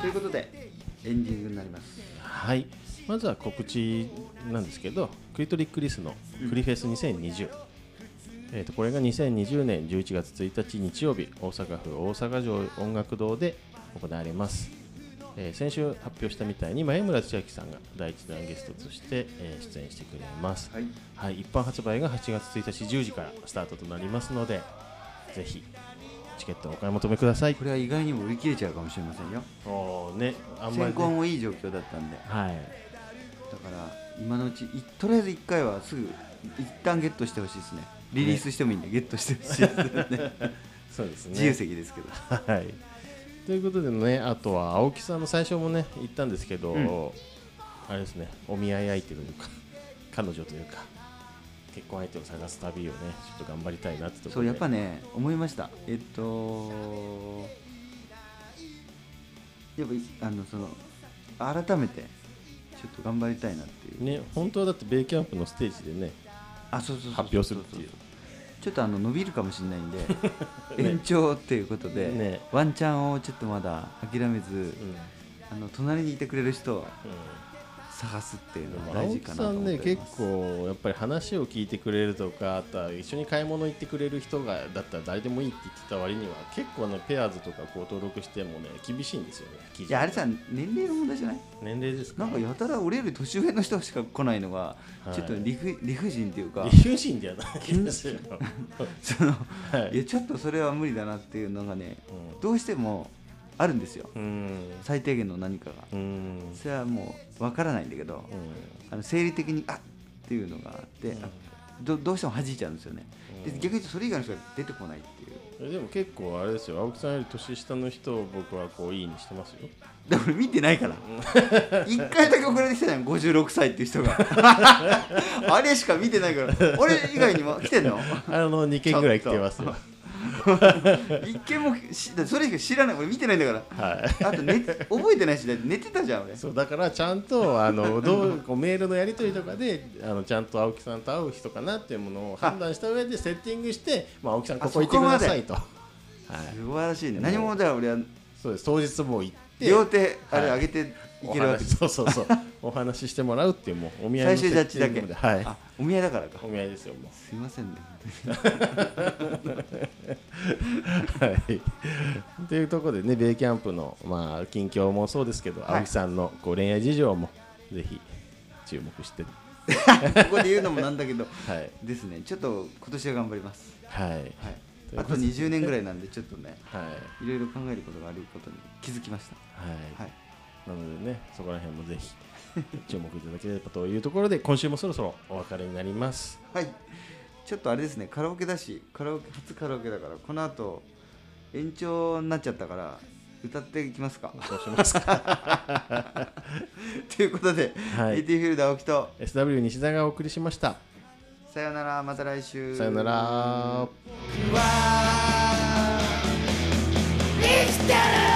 [SPEAKER 1] ということでエンディングになります
[SPEAKER 2] はい、まずは告知なんですけど、クリトリックリスのクリフェス2020、えー、とこれが2020年11月1日日曜日、大阪府大阪城音楽堂で行われます。えー先週発表したみたいに前村千秋さんが第一弾ゲストとして、えー出演してくれます、
[SPEAKER 1] はい
[SPEAKER 2] はい、一般発売が8月1日10時からスタートとなりますのでぜひチケットをお買い求めください
[SPEAKER 1] これは意外にも売り切れちゃうかもしれませんよ
[SPEAKER 2] おーねあんまり
[SPEAKER 1] 先行
[SPEAKER 2] ね、
[SPEAKER 1] もいい状況だったんで
[SPEAKER 2] はい
[SPEAKER 1] だから今のうちいとりあえず1回はすぐ一旦ゲットしてほしいですねリリースしてもいいんで、ゲットしてほしいですね
[SPEAKER 2] そうですね
[SPEAKER 1] 自由席ですけど
[SPEAKER 2] はい。ということでね、あとは青木さんの最初もね、言ったんですけど、
[SPEAKER 1] うん
[SPEAKER 2] あれですね、お見合い相手というか、 彼女というか、結婚相手を探す旅をね、ちょっと頑張りたいなってところで。
[SPEAKER 1] そうやっぱね思いましたえっとやっぱいあのその改めてちょっと頑張りたいなっていう、
[SPEAKER 2] ね、本当はだってベイキャンプのステージでね、
[SPEAKER 1] あそうそうそうそう
[SPEAKER 2] 発表するっていう。
[SPEAKER 1] ちょっとあの伸びるかもしれない んで、延長っていうことで、
[SPEAKER 2] ね
[SPEAKER 1] ワンチャンをちょっとまだ諦めず、
[SPEAKER 2] うんうん
[SPEAKER 1] あの隣にいてくれる人を探すっていう
[SPEAKER 2] で
[SPEAKER 1] の
[SPEAKER 2] も
[SPEAKER 1] が大
[SPEAKER 2] 青
[SPEAKER 1] 事
[SPEAKER 2] 木
[SPEAKER 1] かなと
[SPEAKER 2] さん
[SPEAKER 1] 思っ
[SPEAKER 2] ね
[SPEAKER 1] て
[SPEAKER 2] 結
[SPEAKER 1] ます、
[SPEAKER 2] 構やっぱり話を聞いてくれるとかあとは一緒に買い物行ってくれる人がだったら誰でもいいって言ってた割には結構ねペアーズとかこう登録してもね厳しいんですよね記事
[SPEAKER 1] いやあれさ年齢の問題じゃない
[SPEAKER 2] 年齢ですか
[SPEAKER 1] なんかやたら俺より年上の人しか来ないのが、
[SPEAKER 2] はい
[SPEAKER 1] ちょっと理不理不尽っていう か
[SPEAKER 2] 理不尽ではないですよ。
[SPEAKER 1] その
[SPEAKER 2] はい
[SPEAKER 1] いやちょっとそれは無理だなっていうのがねどうしてもあるんですよ
[SPEAKER 2] うん。
[SPEAKER 1] 最低限の何かが
[SPEAKER 2] うん。
[SPEAKER 1] それはもう分からないんだけどあの生理的にあっっていうのがあって、あどどうしても弾いちゃうんですよねで逆に言うとそれ以外の人が出てこないっていう
[SPEAKER 2] うん。でも結構あれですよ。青木さんより年下の人を僕はこういいにしてますよ。
[SPEAKER 1] だから見てないから一回だけ送られてきたじゃん56歳っていう 人があれしか見てないから俺以外にも来てんの
[SPEAKER 2] あの二件ぐらい来てますよ。
[SPEAKER 1] 一件もしだってそれしか知らない俺見てないんだから
[SPEAKER 2] はい。
[SPEAKER 1] あと寝て覚えてないしだって寝てたじゃん俺
[SPEAKER 2] そうだからちゃんとあのどうこうメールのやり取りとかであのちゃんと青木さんと会う人かなっていうものを判断した上でセッティングして、まあ青木さんここ行ってくださいと。はい。
[SPEAKER 1] 素晴らしいね何もだから俺は
[SPEAKER 2] そうです。当日もう行って。
[SPEAKER 1] 両手あれ
[SPEAKER 2] はい
[SPEAKER 1] 上げていけるわけです
[SPEAKER 2] お話そうそうそうお話ししてもらうっていうもうお見合い
[SPEAKER 1] 最
[SPEAKER 2] の
[SPEAKER 1] 終ジャッジだ
[SPEAKER 2] セ
[SPEAKER 1] け
[SPEAKER 2] ッティングまでは
[SPEAKER 1] あお見合いだからか
[SPEAKER 2] いお見合いですよも
[SPEAKER 1] すいませんね
[SPEAKER 2] うはいというところでねベイキャンプのまあ近況もそうですけど、
[SPEAKER 1] はい
[SPEAKER 2] 青木さんのこう恋愛事情もぜひ注目して
[SPEAKER 1] ここで言うのもなんだけど
[SPEAKER 2] はい
[SPEAKER 1] ですねちょっと今年は頑張ります
[SPEAKER 2] はいはい
[SPEAKER 1] はい
[SPEAKER 2] という
[SPEAKER 1] あ
[SPEAKER 2] こと
[SPEAKER 1] と
[SPEAKER 2] で
[SPEAKER 1] 20年ぐらいなんでちょっとね
[SPEAKER 2] はい、
[SPEAKER 1] いろいろ考えることがあることに気づきましたはい
[SPEAKER 2] なのでねそこら辺もぜひ注目いただければというところで今週もそろそろお別れになります
[SPEAKER 1] はいちょっとあれですねカラオケだしカラオケ初カラオケだからこの後延長になっちゃったから歌っていきますか
[SPEAKER 2] どうしますか
[SPEAKER 1] ということで、
[SPEAKER 2] はい
[SPEAKER 1] AT フィールド青木と
[SPEAKER 2] SW 西田がお送りしました
[SPEAKER 1] さよならまた来週
[SPEAKER 2] さよなら
[SPEAKER 3] 生きてる